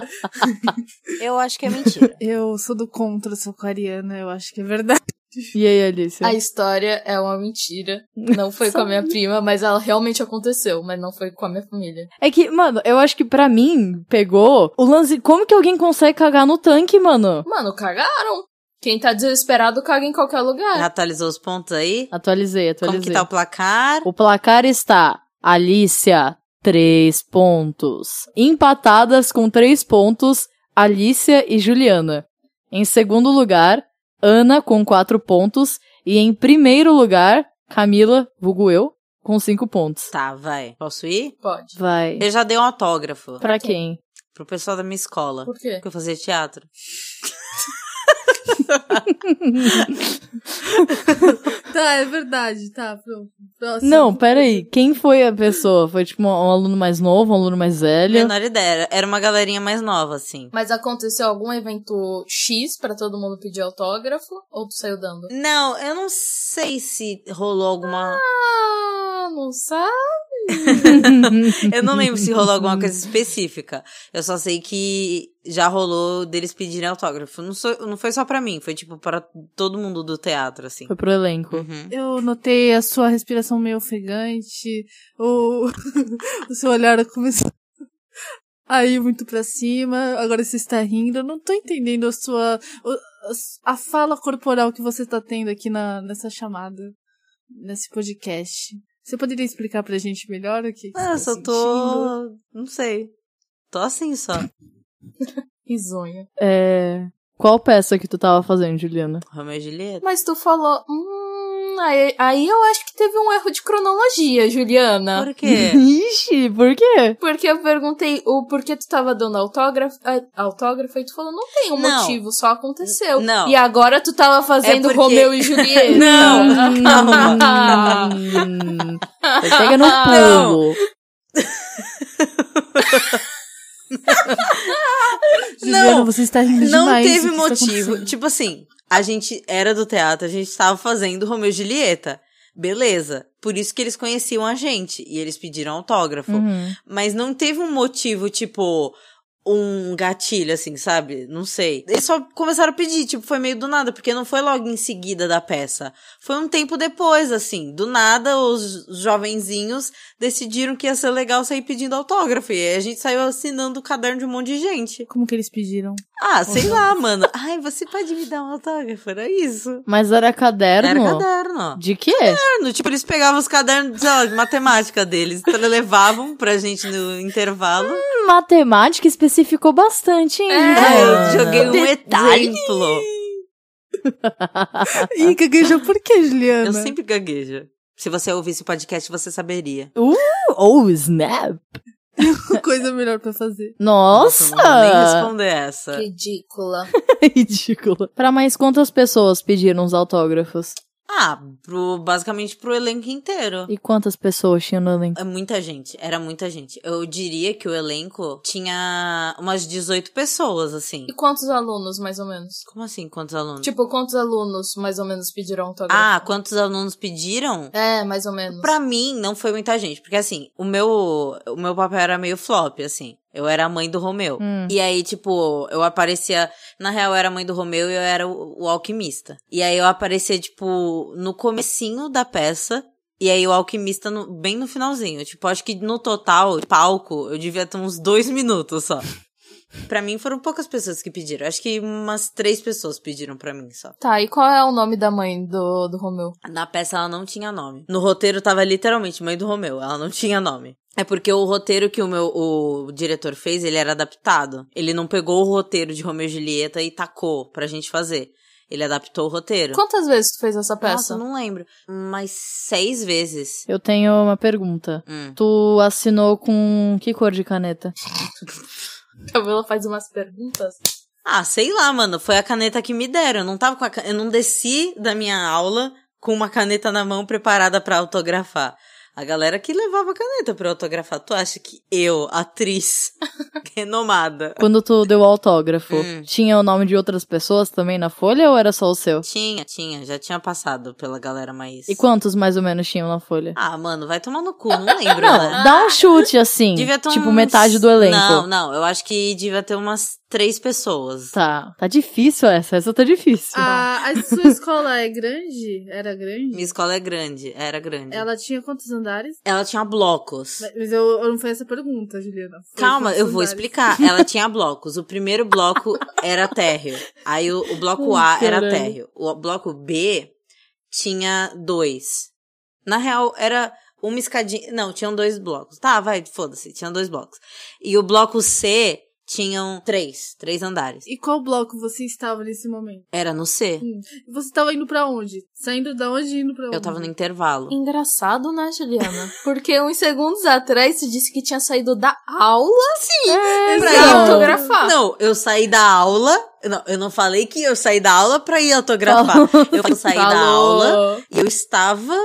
S6: Eu acho que é mentira.
S2: Eu sou do contra, sou aquariana, eu acho que é verdade.
S5: E aí, Alicia?
S4: A história é uma mentira. Não foi com a minha prima, mas ela realmente aconteceu, mas não foi com a minha família.
S5: É que, mano, eu acho que pra mim, pegou o lance. Como que alguém consegue cagar no tanque, mano?
S4: Mano, cagaram. Quem tá desesperado caga em qualquer
S3: Já
S4: lugar.
S3: atualizou os pontos aí?
S5: Atualizei,
S3: Como
S5: atualizei.
S3: que tá o placar?
S5: O placar está Alicia, 3 pontos. Empatadas com 3 pontos, Alicia e Juliana. Em segundo lugar, Ana com 4 pontos. E em primeiro lugar, Camila, vulgo eu, com 5 pontos.
S3: Tá, vai. Posso ir?
S4: Pode.
S5: Vai.
S3: Eu já dei um autógrafo
S5: Pra quem?
S3: pro pessoal da minha escola.
S4: Por quê?
S3: Porque eu fazia teatro.
S2: Tá, é verdade, tá, pronto. Próximo.
S3: assim.
S5: Não, peraí. Quem foi a pessoa? Foi tipo um, um aluno mais novo, um aluno mais velho?
S3: Menor ideia. Era uma galerinha mais nova, assim.
S4: Mas aconteceu algum evento X pra todo mundo pedir autógrafo? Ou tu saiu dando?
S3: Não, eu não sei se rolou alguma.
S4: Ah, não sabe?
S3: Eu não lembro se rolou alguma coisa específica. Eu só sei que já rolou deles pedirem autógrafo. Não, sou- não foi só pra mim, foi tipo pra todo mundo do teatro, assim.
S5: Foi pro elenco.
S3: Uhum.
S2: Eu notei a sua respiração meio ofegante, o, o seu olhar começou a ir muito pra cima, agora você está rindo. Eu não tô entendendo a sua. o- a fala corporal que você tá tendo aqui na, nessa chamada, nesse podcast. Você poderia explicar pra gente melhor o que, que
S3: Ah, eu
S2: você tá
S3: só tô. Não sei. Tô assim só.
S4: Risonho.
S5: É... Qual peça que tu tava fazendo, Juliana?
S3: Romeu e Julieta.
S4: Mas tu falou. Hum. Aí, aí eu acho que teve um erro de cronologia, Juliana.
S3: Por quê?
S5: Ixi, por quê?
S4: Porque eu perguntei o porquê tu tava dando autógrafo, a- autógrafo e tu falou, não tem um
S3: Não.
S4: motivo, só aconteceu.
S3: N- não. É
S4: E agora tu tava fazendo
S3: porque-
S4: Romeu e Julieta.
S3: Não. Calma.
S5: Hum, Pega no pulo.
S2: Juliana,
S3: Não,
S2: você está rindo
S3: Não
S2: demais,
S3: teve
S2: o que está
S3: motivo.
S2: acontecendo?
S3: Tipo assim, a gente era do teatro, a gente tava fazendo Romeu e Julieta. Beleza. Por isso que eles conheciam a gente. E eles pediram autógrafo.
S5: Uhum.
S3: Mas não teve um motivo, tipo, um gatilho, assim, sabe? Não sei. Eles só começaram a pedir, tipo, foi meio do nada, porque não foi logo em seguida da peça. Foi um tempo depois, assim. Do nada, os jovenzinhos decidiram que ia ser legal sair pedindo autógrafo. E aí a gente saiu assinando o caderno de um monte de gente.
S2: Como que eles pediram?
S3: Ah, sei lá, mano. Ai, você pode me dar um autógrafo? Era isso.
S5: Mas era caderno?
S3: Era caderno.
S5: De quê?
S3: Caderno, Tipo, eles pegavam os cadernos, sei lá, de matemática deles, levavam pra gente no intervalo.
S5: Matemática especificou bastante, hein?
S3: É, eu
S5: Juliana?
S3: joguei um
S5: Detalhe.
S3: exemplo.
S2: Ih, gaguejou por quê, Juliana?
S3: Eu sempre gaguejo. Se você ouvisse o podcast, você saberia.
S5: Oh, snap.
S2: Coisa melhor pra fazer.
S5: Nossa!
S3: não vou nem responder essa.
S4: Ridícula.
S5: Ridícula. Pra mais quantas pessoas pediram os autógrafos?
S3: Ah, pro, basicamente pro elenco inteiro.
S5: E quantas pessoas tinham no elenco?
S3: É muita gente, era muita gente. Eu diria que o elenco tinha umas 18 pessoas, assim.
S4: E quantos alunos, mais ou menos?
S3: Como assim, quantos alunos?
S4: Tipo, quantos alunos, mais ou menos, pediram autógrafo?
S3: ah, quantos alunos pediram?
S4: É, mais ou menos.
S3: Pra mim, não foi muita gente. Porque, assim, o meu, o meu papel era meio flop, assim. Eu era a mãe do Romeu.
S5: Hum.
S3: E aí, tipo, eu aparecia. Na real, eu era a mãe do Romeu e eu era o, o alquimista. E aí eu aparecia, tipo, no comecinho da peça. E aí o alquimista no- bem no finalzinho. Tipo, acho que no total, de palco, eu devia ter uns dois minutos só. Pra mim foram poucas pessoas que pediram. Acho que umas três pessoas pediram pra mim só.
S4: Tá, e qual é o nome da mãe do, do Romeu?
S3: Na peça ela não tinha nome. No roteiro tava literalmente mãe do Romeu, ela não tinha nome. É porque o roteiro que o meu o diretor fez, ele era adaptado. Ele não pegou o roteiro de Romeu e Julieta e tacou pra gente fazer. Ele adaptou o roteiro.
S4: Quantas vezes tu fez essa
S3: Nossa,
S4: peça?
S3: não lembro. Mas seis vezes.
S5: Eu tenho uma pergunta.
S3: Hum.
S5: Tu assinou com que cor de caneta?
S4: Camila faz umas perguntas.
S3: Ah, sei lá, mano. Foi a caneta que me deram. Eu não tava com a can... Eu não desci da minha aula com uma caneta na mão preparada pra autografar. A galera que levava a caneta pra eu autografar. Tu acha que eu, atriz renomada,
S5: Quando tu deu o autógrafo,
S3: Hum.
S5: tinha o nome de outras pessoas também na folha ou era só o seu?
S3: tinha, tinha, já tinha passado pela galera mais.
S5: E quantos mais ou menos tinham na folha?
S3: Ah, mano, vai tomar no cu, não lembro, né?
S5: Não, dá um chute assim.
S3: Devia ter
S5: tipo,
S3: uns-
S5: metade do elenco.
S3: Não, não, eu acho que devia ter umas três pessoas.
S5: Tá, tá difícil essa, essa tá difícil.
S2: Ah, A, a sua escola é grande? Era grande?
S3: Minha escola é grande, era grande. Ela,
S2: Ela tinha quantos andares?
S3: tinha blocos.
S2: Mas eu, eu não foi essa pergunta, Juliana. Foi
S3: Calma,
S2: quantos
S3: eu vou
S2: andares?
S3: explicar. Ela tinha blocos. O primeiro bloco era térreo. Aí o, o bloco A
S5: Ai,
S3: era
S5: caralho.
S3: térreo. O bloco B tinha dois. Na real, era uma escadinha. Não, tinham dois blocos. Tá, vai, foda-se. Tinham dois blocos. E o bloco C tinham três. Três andares.
S2: E qual bloco você estava nesse momento?
S3: Era no C.
S2: Você estava indo pra onde? Saindo da onde e indo pra onde?
S3: Eu tava no intervalo.
S4: Engraçado, né, Juliana? Porque uns segundos atrás você disse que tinha saído da aula pra ir
S3: Não.
S5: Então-
S4: autografar.
S3: Não, eu saí da aula. Não, eu não falei que eu saí da aula pra ir autografar. Eu saí
S5: Tá
S3: da
S4: Falou.
S3: aula e eu estava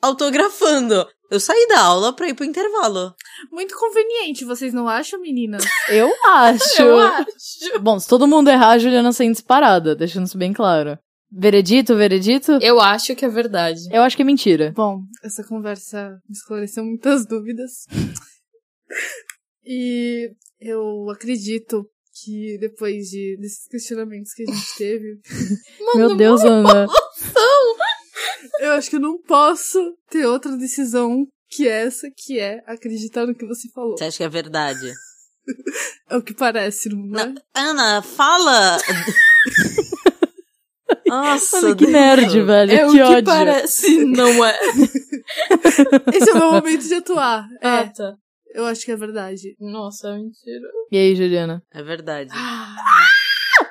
S3: autografando. Eu saí da aula pra ir pro intervalo.
S2: Muito conveniente, vocês não acham, meninas?
S5: Eu acho.
S4: Eu acho.
S5: Bom, se todo mundo errar, a Juliana sendo disparada, deixando isso bem claro. Veredito, veredito?
S4: Eu acho que é verdade.
S5: Eu acho que é mentira.
S2: Bom, essa conversa me esclareceu muitas dúvidas. E eu acredito que depois de, desses questionamentos que a gente teve,
S5: Meu Deus, Ana.
S2: eu acho que eu não posso ter outra decisão que essa, que é acreditar no que você falou.
S3: Você acha que é verdade?
S2: É o que parece, não é?
S3: Ana, fala! Nossa,
S5: Ana, que
S3: Deus.
S5: nerd, velho.
S4: É
S5: que
S4: o que
S5: ódio.
S4: parece, não é.
S2: Esse é o meu momento de atuar.
S4: Ah,
S2: É,
S4: tá.
S2: eu acho que é verdade.
S4: Nossa, é mentira.
S5: E aí, Juliana?
S3: É verdade.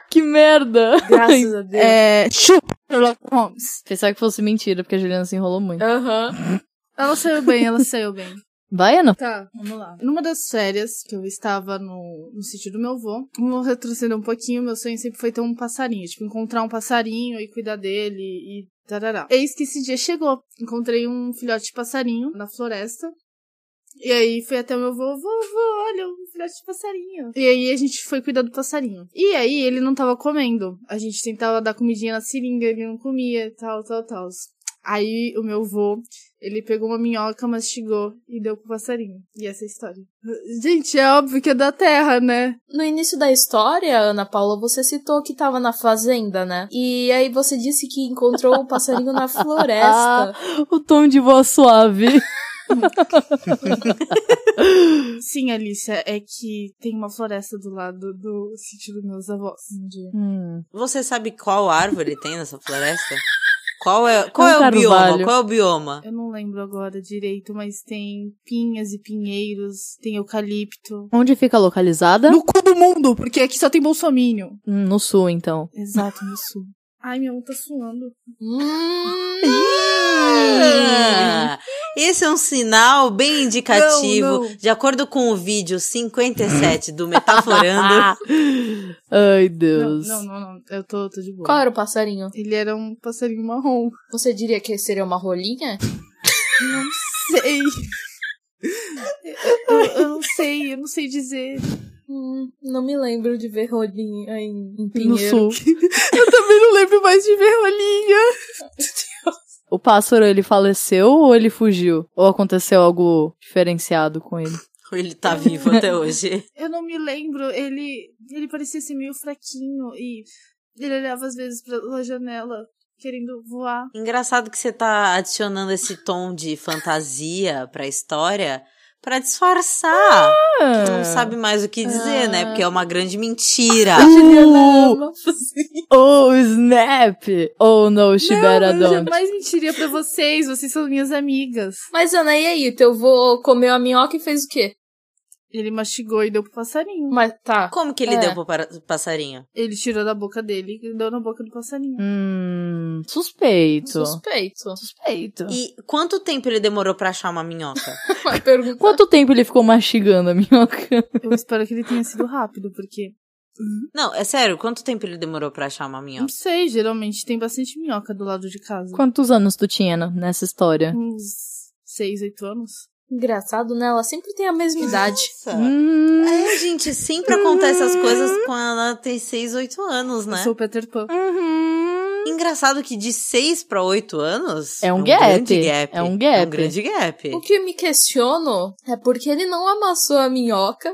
S5: Que merda!
S4: Graças a Deus.
S2: É. Chupa, Sherlock Holmes.
S5: Pensava que fosse mentira, porque a Juliana se enrolou muito.
S4: Aham.
S2: Ela saiu bem, ela saiu bem.
S5: Vai, Ana?
S2: Tá, vamos lá. Numa das férias que eu estava no, no sítio do meu avô, vou retroceder um pouquinho, meu sonho sempre foi ter um passarinho, tipo, encontrar um passarinho e cuidar dele e tarará. Eis que esse dia chegou. Encontrei um filhote de passarinho na floresta. E aí fui até o meu avô, vovô, olha, um filhote de passarinho. E aí a gente foi cuidar do passarinho. E aí ele não tava comendo. A gente tentava dar comidinha na seringa, ele não comia, tal, tal, tal. Aí o meu avô ele pegou uma minhoca, mastigou e deu pro passarinho. E essa é a história. Gente, é óbvio que é da terra, né?
S4: No início da história, Ana Paula, você citou que tava na fazenda, né? E aí você disse que encontrou o passarinho na floresta.
S5: O tom de voz suave.
S2: Sim, Alicia, é que tem uma floresta do lado do sítio dos meus avós.
S5: Hum.
S3: Você sabe qual árvore tem nessa floresta? Qual é, qual
S5: Um
S3: é o bioma?
S5: carvalho.
S3: Qual é o bioma?
S2: Eu não lembro agora direito, mas tem pinhas e pinheiros, tem eucalipto.
S5: Onde fica localizada?
S2: No cu do mundo, porque aqui só tem bolsomínio.
S5: Hum, no sul, então.
S2: Exato, no sul. Ai, minha mão tá suando.
S3: Ah, Esse é um sinal bem indicativo.
S2: Não, não.
S3: De acordo com o vídeo 57 do Metaforando,
S2: Não,
S5: Ai, Deus.
S2: não, não, não. Eu tô, tô de boa.
S4: Qual era o passarinho?
S2: Ele era um passarinho marrom.
S4: Você diria que seria uma rolinha?
S2: Não sei. Eu, eu- eu não sei, eu não sei dizer.
S4: Hum, não me lembro de ver rolinha em, em
S5: No
S4: Pinheiro.
S5: sul.
S2: Eu também não lembro mais de verrolinha.
S5: O pássaro, ele faleceu ou ele fugiu? Ou aconteceu algo diferenciado com ele?
S3: ele tá vivo até hoje.
S2: Eu não me lembro, ele, ele parecia ser meio fraquinho e ele olhava às vezes pela janela querendo voar.
S3: Engraçado que você tá adicionando esse tom de fantasia pra história pra disfarçar. Que
S5: Ah.
S3: Não sabe mais o que dizer, né? Porque é uma grande mentira.
S5: Uh,
S4: Ama.
S5: oh, snap! Oh, no, Shibera
S2: não, eu
S5: don't.
S2: jamais mentiria pra vocês, vocês são minhas amigas.
S4: Mas Ana, e aí? Teu vô comeu a minhoca e fez o quê?
S2: Ele mastigou e deu pro passarinho.
S4: Mas tá.
S3: Como que ele
S4: É.
S3: deu pro para- passarinho?
S2: Ele tirou da boca dele e deu na boca do passarinho.
S5: Hum. Suspeito.
S4: Suspeito.
S5: Suspeito.
S3: E quanto tempo ele demorou pra achar uma minhoca?
S4: Uma pergunta.
S5: Quanto tempo ele ficou mastigando a minhoca?
S2: Eu espero que ele tenha sido rápido, porque.
S3: Não, é sério, quanto tempo ele demorou pra achar uma
S2: Não
S3: minhoca?
S2: sei, geralmente tem bastante minhoca do lado de casa.
S5: Quantos anos tu tinha na- nessa história?
S2: Uns seis, oito anos.
S4: Engraçado, né? Ela sempre tem a mesma idade.
S2: Uhum.
S5: Hum,
S3: É, gente, sempre acontece essas coisas quando ela tem 6, 8 anos, né?
S2: Eu sou o Peter Pan.
S5: uhum.
S3: Engraçado que de 6 pra 8 anos
S5: É um gap,
S3: grande gap.
S5: é um
S3: É um
S5: gap.
S3: grande gap.
S4: O que eu me questiono é porque ele não amassou a minhoca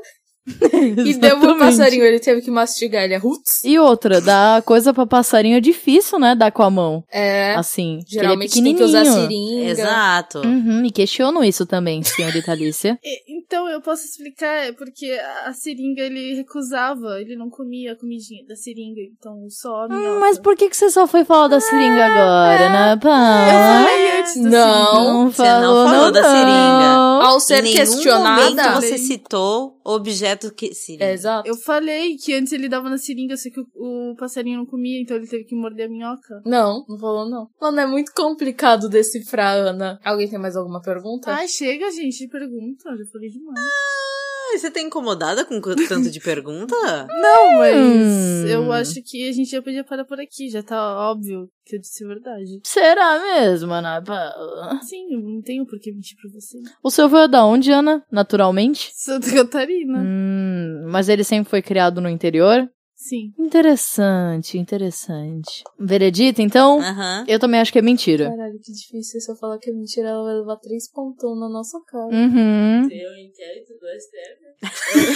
S4: e deu pro
S5: Exatamente.
S4: passarinho. Ele teve que mastigar. Ele é roots?
S5: E outra, dar coisa pra passarinho é difícil, né? Dar com a mão.
S4: É.
S5: Assim. que ele é
S4: Geralmente tem que usar
S5: pequenininho.
S4: seringa.
S3: Exato.
S5: Uhum, e questiono isso também, senhorita Alicia.
S2: E- Então eu posso explicar, é porque a a seringa ele recusava, ele não comia a comidinha da seringa, então só a minhoca.
S5: Mas por que, que você só foi falar da seringa agora, né,
S2: Eu
S5: Paula?
S2: falei antes da
S4: Não.
S2: seringa.
S3: Você não falou da
S5: não.
S4: Ao
S3: Em
S4: ser
S3: nenhum
S4: questionada.
S3: momento você citou objeto que... Siri.
S4: É, exato.
S2: Eu falei que antes ele dava na seringa, só que o, o passarinho não comia, então ele teve que morder a minhoca.
S4: Não, não falou não. Mano, é muito complicado decifrar, Ana. Alguém tem mais alguma pergunta?
S2: Ai, chega, gente, de pergunta, eu já falei demais.
S3: Ah, você tá incomodada com o tanto de pergunta?
S2: Não, mas
S5: Hum.
S2: eu acho que a gente já podia parar por aqui, já tá óbvio que eu disse a verdade.
S5: Será mesmo, Ana Paula?
S2: Sim, eu não tenho por que mentir pra você.
S5: O seu veio da onde, Ana? Naturalmente?
S2: Santa Catarina.
S5: Hum, mas ele sempre foi criado no interior?
S2: Sim.
S5: Interessante, interessante. Veredita, então?
S3: Aham.
S5: Eu também acho que é mentira.
S4: Caralho, que difícil. Se eu falar que é mentira, ela vai levar três pontão na nossa cara.
S5: Uhum.
S7: Seu inquérito do STF.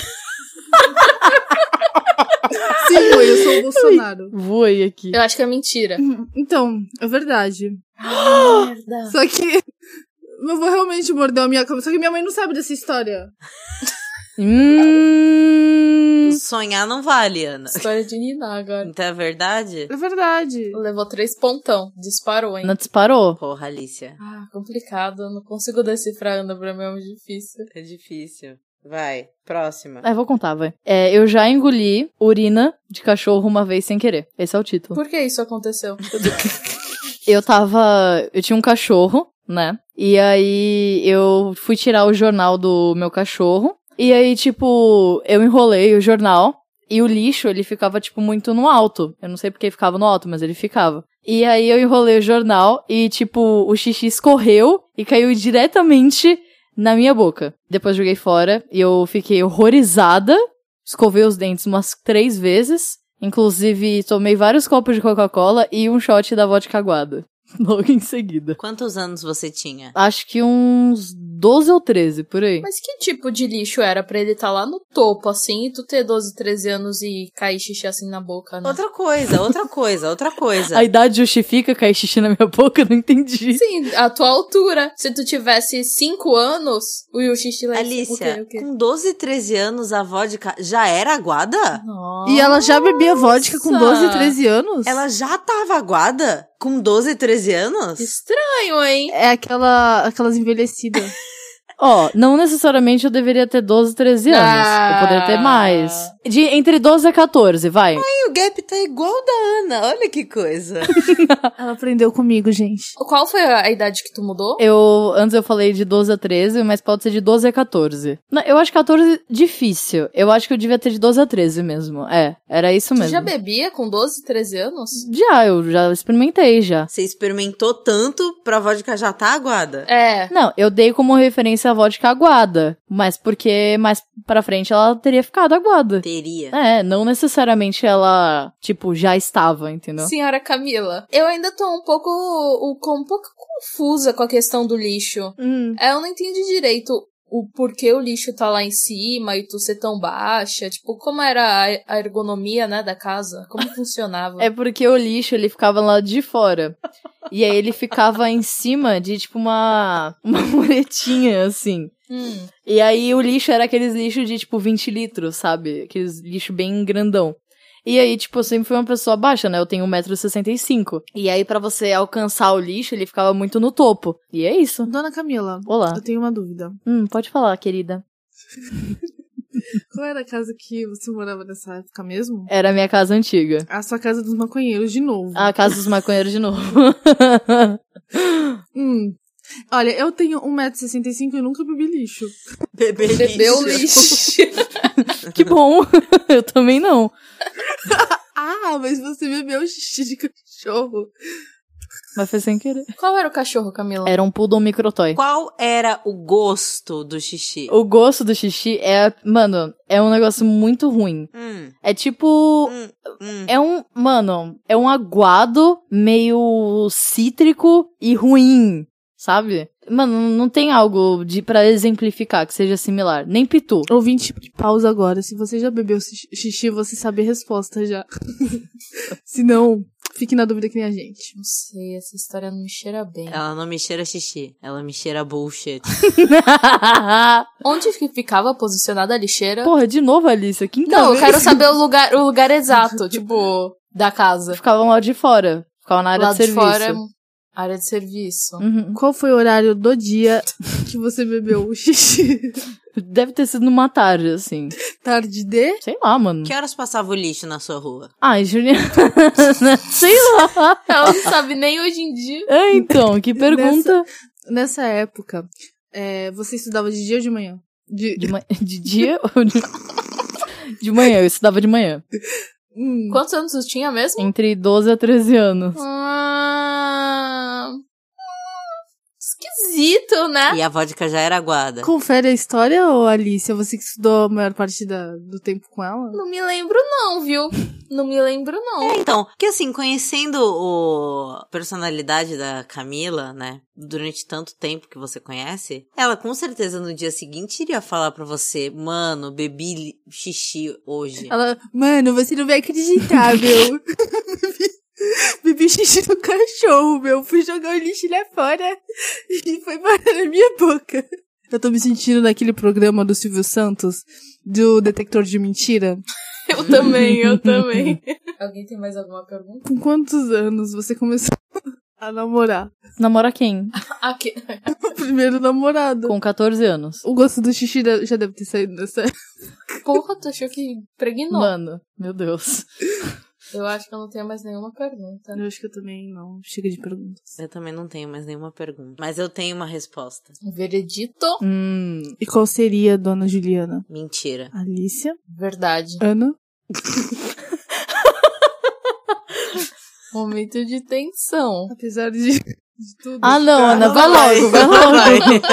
S2: Sim, mãe, eu sou o Bolsonaro.
S5: Voei aqui.
S4: Eu acho que é mentira.
S2: Então, é verdade.
S4: Merda.
S2: Só que. Eu vou realmente morder a minhoca, só que minha mãe não sabe dessa história.
S5: Hum.
S3: Sonhar não vale, Ana.
S4: História de Niná agora.
S3: Então é verdade?
S2: É verdade.
S4: Levou três pontão. Disparou, hein?
S5: Ana disparou.
S3: Porra, Alicia.
S4: Ah, complicado. Não consigo decifrar, Ana. Pra mim é muito difícil.
S3: É difícil. Vai, próxima.
S5: É, vou contar, vai. É, eu já engoli urina de cachorro uma vez sem querer. Esse é o título.
S4: Por que isso aconteceu?
S5: Eu tava. Eu tinha um cachorro, né? E aí eu fui tirar o jornal do meu cachorro. E aí, tipo, eu enrolei o jornal. E o lixo, ele ficava, tipo, muito no alto. Eu não sei porque ficava no alto, mas ele ficava. E aí eu enrolei o jornal e, tipo, o xixi escorreu e caiu diretamente na minha boca. Depois joguei fora e eu fiquei horrorizada. Escovei os dentes umas três vezes. Inclusive, tomei vários copos de Coca-Cola e um shot da vodka aguada. Logo em seguida.
S3: Quantos anos você tinha?
S5: Acho que uns 12 ou 13, por aí.
S4: Mas que tipo de lixo era pra ele estar lá no topo, assim, e tu ter 12, 13 anos e cair xixi assim na boca, né?
S3: Outra coisa, outra coisa, outra coisa.
S5: A idade justifica cair xixi na minha boca? Eu Não entendi.
S4: Sim, a tua altura. Se tu tivesse 5 anos, o Yu xixi lá em cima-
S3: Alicia,
S4: O quê? O quê?
S3: com 12, 13 anos, a vodka já era aguada?
S4: Nossa.
S2: E ela já bebia vodka com 12, 13 anos?
S3: Ela já tava aguada? Com 12, 13 anos?
S4: Estranho, hein?
S2: É aquela, aquelas envelhecidas.
S5: Ó, não necessariamente eu deveria ter 12, 13 anos.
S4: Ah.
S5: Eu poderia ter mais. De entre 12 e 14, vai.
S3: E o gap tá igual da Ana, olha que coisa.
S2: ela aprendeu comigo, gente.
S4: Qual foi a idade que tu mudou?
S5: Eu, antes eu falei de 12 a 13, mas pode ser de 12 a 14. Não, eu acho 14 difícil. Eu acho que eu devia ter de 12 a 13 mesmo. É, era isso
S4: Tu
S5: mesmo.
S4: já bebia com 12, 13 anos?
S5: Já, eu já experimentei já.
S3: Você experimentou tanto pra vodka já tá aguada?
S4: É.
S5: Não, eu dei como referência a vodka aguada, mas porque mais pra frente ela teria ficado aguada.
S3: Teria.
S5: É, não necessariamente ela, tipo, já estava, entendeu?
S4: Senhora Camila, eu ainda tô um pouco, um, com- um pouco confusa com a questão do lixo.
S5: Hum.
S4: É, Eu não entendi direito o porquê o lixo tá lá em cima e tu ser tão baixa. Tipo, como era a a ergonomia, né, da casa? Como funcionava?
S5: É porque o lixo, ele ficava lá de fora. E aí ele ficava em cima de, tipo, uma, uma muretinha, assim.
S4: Hum,
S5: E aí o lixo era aqueles lixos de, tipo, 20 litros, sabe? Aqueles lixo bem grandão. E aí, tipo, eu sempre fui uma pessoa baixa, né? Eu tenho 1,65m. E aí, pra você alcançar o lixo, ele ficava muito no topo. E é isso.
S2: Dona Camila,
S5: Olá.
S2: eu tenho uma dúvida.
S5: Hum, pode falar, querida.
S2: Qual era a casa que você morava nessa época mesmo?
S5: Era a minha casa antiga.
S2: A sua casa dos maconheiros, de novo.
S5: A casa dos maconheiros de novo.
S2: Hum. Olha, eu tenho 1,65m e nunca bebi lixo.
S3: Bebê
S4: Bebeu
S3: lixo.
S4: lixo.
S5: que bom. Eu também não.
S2: Ah, mas você bebeu xixi de cachorro.
S5: Mas foi sem querer.
S4: Qual era o cachorro, Camila?
S5: Era um poodle microtoy.
S3: Qual era o gosto do xixi?
S5: O gosto do xixi é, mano, é um negócio muito ruim.
S3: Hum,
S5: É tipo,
S3: hum.
S5: é um, mano, é um aguado meio cítrico e ruim, sabe? Mano, não tem algo de para exemplificar que seja similar, nem pitu.
S2: Ouvinte, pausa agora. Se você já bebeu xixi- xixi, você sabe a resposta já. Se não, fique na dúvida que nem a gente.
S4: Não sei, essa história não me cheira bem.
S3: Ela não me cheira xixi, ela me cheira bullshit.
S4: Onde que ficava posicionada a lixeira?
S5: Porra, de novo, Alice, quinta
S4: não, eu
S5: vez.
S4: quero saber o lugar, o lugar exato, tipo, da casa.
S5: Ficava lá de fora, ficava na área
S4: Lá
S5: de serviço.
S4: fora, é área de serviço.
S5: Uhum.
S2: Qual foi o horário do dia que você bebeu o xixi?
S5: Deve ter sido numa tarde, assim.
S2: Tarde de?
S5: Sei lá, mano.
S3: Que horas passava o lixo na sua rua?
S5: Ai, Juliana. Sei lá.
S4: Ela não sabe nem hoje em dia.
S5: É, então, que pergunta.
S2: Nessa época, é, você estudava de dia ou de manhã? De...
S5: De, ma- de dia ou de... de manhã? Eu estudava de manhã.
S2: Hum.
S4: Quantos anos tu tinha mesmo?
S5: Entre 12 a 13 anos.
S4: Ah, hum, esquisito, né?
S3: E a vodka já era aguada.
S2: Confere a história, ô Alice? Você que estudou a maior parte da- do tempo com ela?
S4: Não me lembro não, viu? Não me lembro não.
S3: É, então, porque assim, conhecendo o- a personalidade da Camila, né, durante tanto tempo que você conhece, ela com certeza no dia seguinte iria falar pra você, mano, bebi li- xixi hoje.
S2: Ela, mano, você não vai acreditar, meu. Bebi- Bebi xixi no cachorro, meu. Fui jogar o lixo lá fora e foi parar na minha boca. Eu tô me sentindo naquele programa do Silvio Santos, do detector de mentira.
S4: Eu também, eu também. Alguém tem mais alguma pergunta?
S2: Com quantos anos você começou a namorar?
S5: Namora quem?
S4: Aqui.
S2: O primeiro namorado.
S5: Com 14 anos.
S2: O gosto do xixi da- já deve ter saído dessa.
S4: Porra, tu achou que pregnou?
S5: Mano, meu Deus.
S4: Eu acho que eu não tenho mais nenhuma pergunta.
S2: Eu acho que eu também não. Chega de perguntas.
S3: Eu também não tenho mais nenhuma pergunta, mas eu tenho uma resposta.
S4: Um Veredito?
S5: Hum,
S2: E qual seria a dona Juliana?
S3: Mentira.
S2: Alícia?
S4: Verdade.
S2: Ana?
S4: Momento de tensão.
S2: Apesar de, de tudo.
S5: Ah, não, Ana, vai
S3: vai.
S5: logo, vai logo.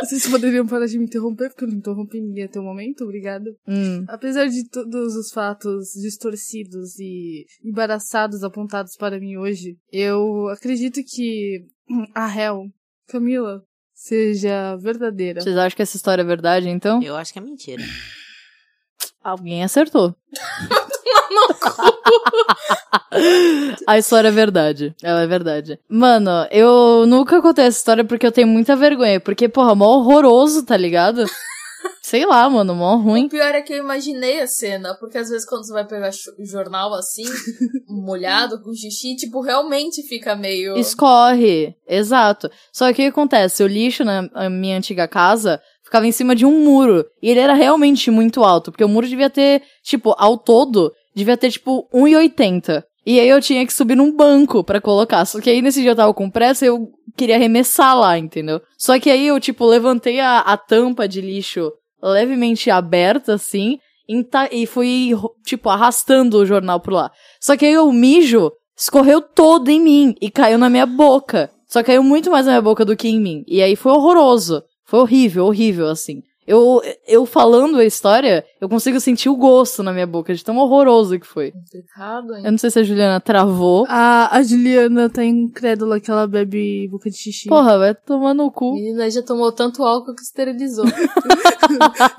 S2: Vocês poderiam parar de me interromper, porque eu não interrompi ninguém até o momento, obrigada.
S5: Hum,
S2: Apesar de todos os fatos distorcidos e embaraçados apontados para mim hoje, eu acredito que hum, a Hel, Camila, seja verdadeira.
S5: vocês acham que essa história é verdade, então?
S3: Eu acho que é mentira.
S5: Alguém acertou. A história é verdade. Ela é verdade. Mano, eu nunca contei essa história porque eu tenho muita vergonha. Porque, porra, mó horroroso, tá ligado? Sei lá, mano, mó ruim.
S4: O pior é que eu imaginei a cena, porque às vezes quando você vai pegar chu- jornal assim, molhado, com xixi, tipo, realmente fica meio.
S5: Escorre, exato. Só que o que acontece? O lixo na a minha antiga casa ficava em cima de um muro. E ele era realmente muito alto, porque o muro devia ter, tipo, ao todo, devia ter, tipo, 1,80. E aí eu tinha que subir num banco pra colocar. Só que aí nesse dia eu tava com pressa e eu queria arremessar lá, entendeu? Só que aí eu, tipo, levantei a, a tampa de lixo levemente aberta, assim, enta- e fui, ro- tipo, arrastando o jornal pro lá. Só que aí o mijo escorreu todo em mim e caiu na minha boca. Só caiu muito mais na minha boca do que em mim. E aí foi horroroso. Foi horrível, horrível, assim. Eu, eu falando a história, eu consigo sentir o gosto na minha boca de tão horroroso que foi.
S4: Complicado, hein?
S5: Eu não sei se a Juliana travou.
S2: A, a Juliana tá incrédula que ela bebe boca de xixi.
S5: Porra, vai tomar no cu.
S4: Menina já tomou tanto álcool que esterilizou.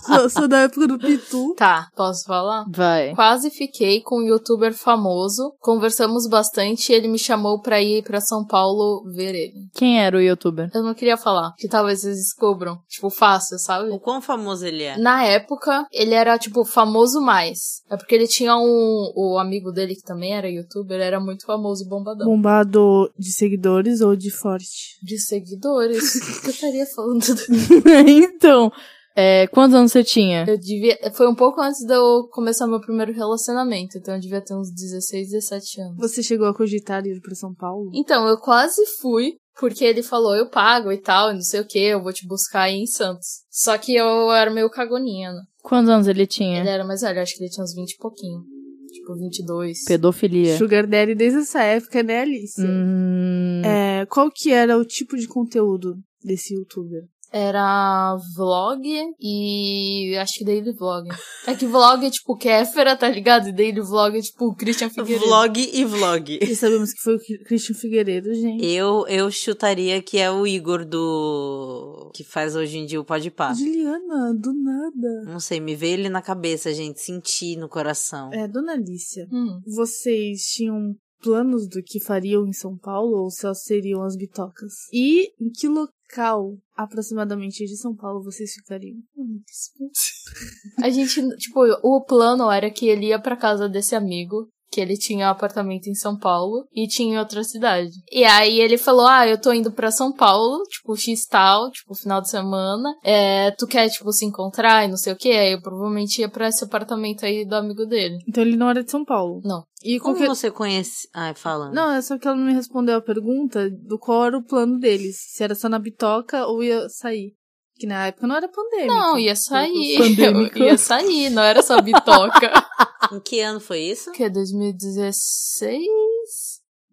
S2: Sou, sou da época do Pitu.
S4: tá, posso falar?
S5: Vai.
S4: Quase fiquei com um youtuber famoso. Conversamos bastante e ele me chamou pra ir pra São Paulo ver ele.
S5: Quem era o youtuber?
S4: Eu não queria falar, que talvez eles descubram. Tipo, fácil, sabe?
S3: O quão famoso ele é?
S4: Na época, ele era, tipo, famoso mais. É porque ele tinha um. O amigo dele, que também era youtuber, era muito famoso bombadão.
S2: Bombado de seguidores ou de forte?
S4: De seguidores. O que eu estaria falando?
S5: então, É, quantos anos você tinha?
S4: Eu devia. Foi um pouco antes de eu começar meu primeiro relacionamento, então eu devia ter uns 16, 17 anos.
S2: Você chegou a cogitar ir pra São Paulo?
S4: Então, eu quase fui, porque ele falou, eu pago e tal, e não sei o que, eu vou te buscar aí em Santos. Só que eu era meio cagoninha, né?
S5: Quantos anos ele tinha?
S4: Ele era mais velho, acho que ele tinha uns 20 e pouquinho. Tipo, 22.
S5: Pedofilia.
S2: Sugar Daddy desde essa época, né, Alice?
S5: Hum,
S2: É, qual que era o tipo de conteúdo desse youtuber?
S4: Era vlog e acho que daily vlog. É que vlog é tipo Kéfera, tá ligado? E daily vlog é tipo Christian Figueiredo.
S3: Vlog e vlog.
S2: E sabemos que foi o Cri- Christian Figueiredo, gente.
S3: Eu, eu chutaria que é o Igor do. que faz hoje em dia o Pode Pá.
S2: Juliana, do nada.
S3: Não sei, me veio ele na cabeça, gente. Senti no coração.
S2: É, dona Alicia,
S4: Hum.
S2: vocês tinham planos do que fariam em São Paulo ou só seriam as bitocas? E em que local aproximadamente de São Paulo vocês ficariam?
S4: A gente, tipo, o plano era que ele ia pra casa desse amigo, que ele tinha um apartamento em São Paulo e tinha em outra cidade. E aí ele falou: "Ah, eu tô indo pra São Paulo, tipo, X tal, tipo, final de semana. É, tu quer tipo se encontrar e não sei o quê?" Aí eu provavelmente ia pra esse apartamento aí do amigo dele.
S2: Então ele não era de São Paulo.
S4: Não.
S2: E
S3: Como
S2: qualquer...
S3: você conhece. Ai, falando.
S2: Não, é só que ela não me respondeu a pergunta do qual era o plano deles. Se era só na bitoca ou ia sair. Que na época não era pandêmico.
S4: Não, ia sair.
S2: Pandêmico.
S4: Ia sair, não era só bitoca.
S3: Em que ano foi isso?
S4: que é 2016?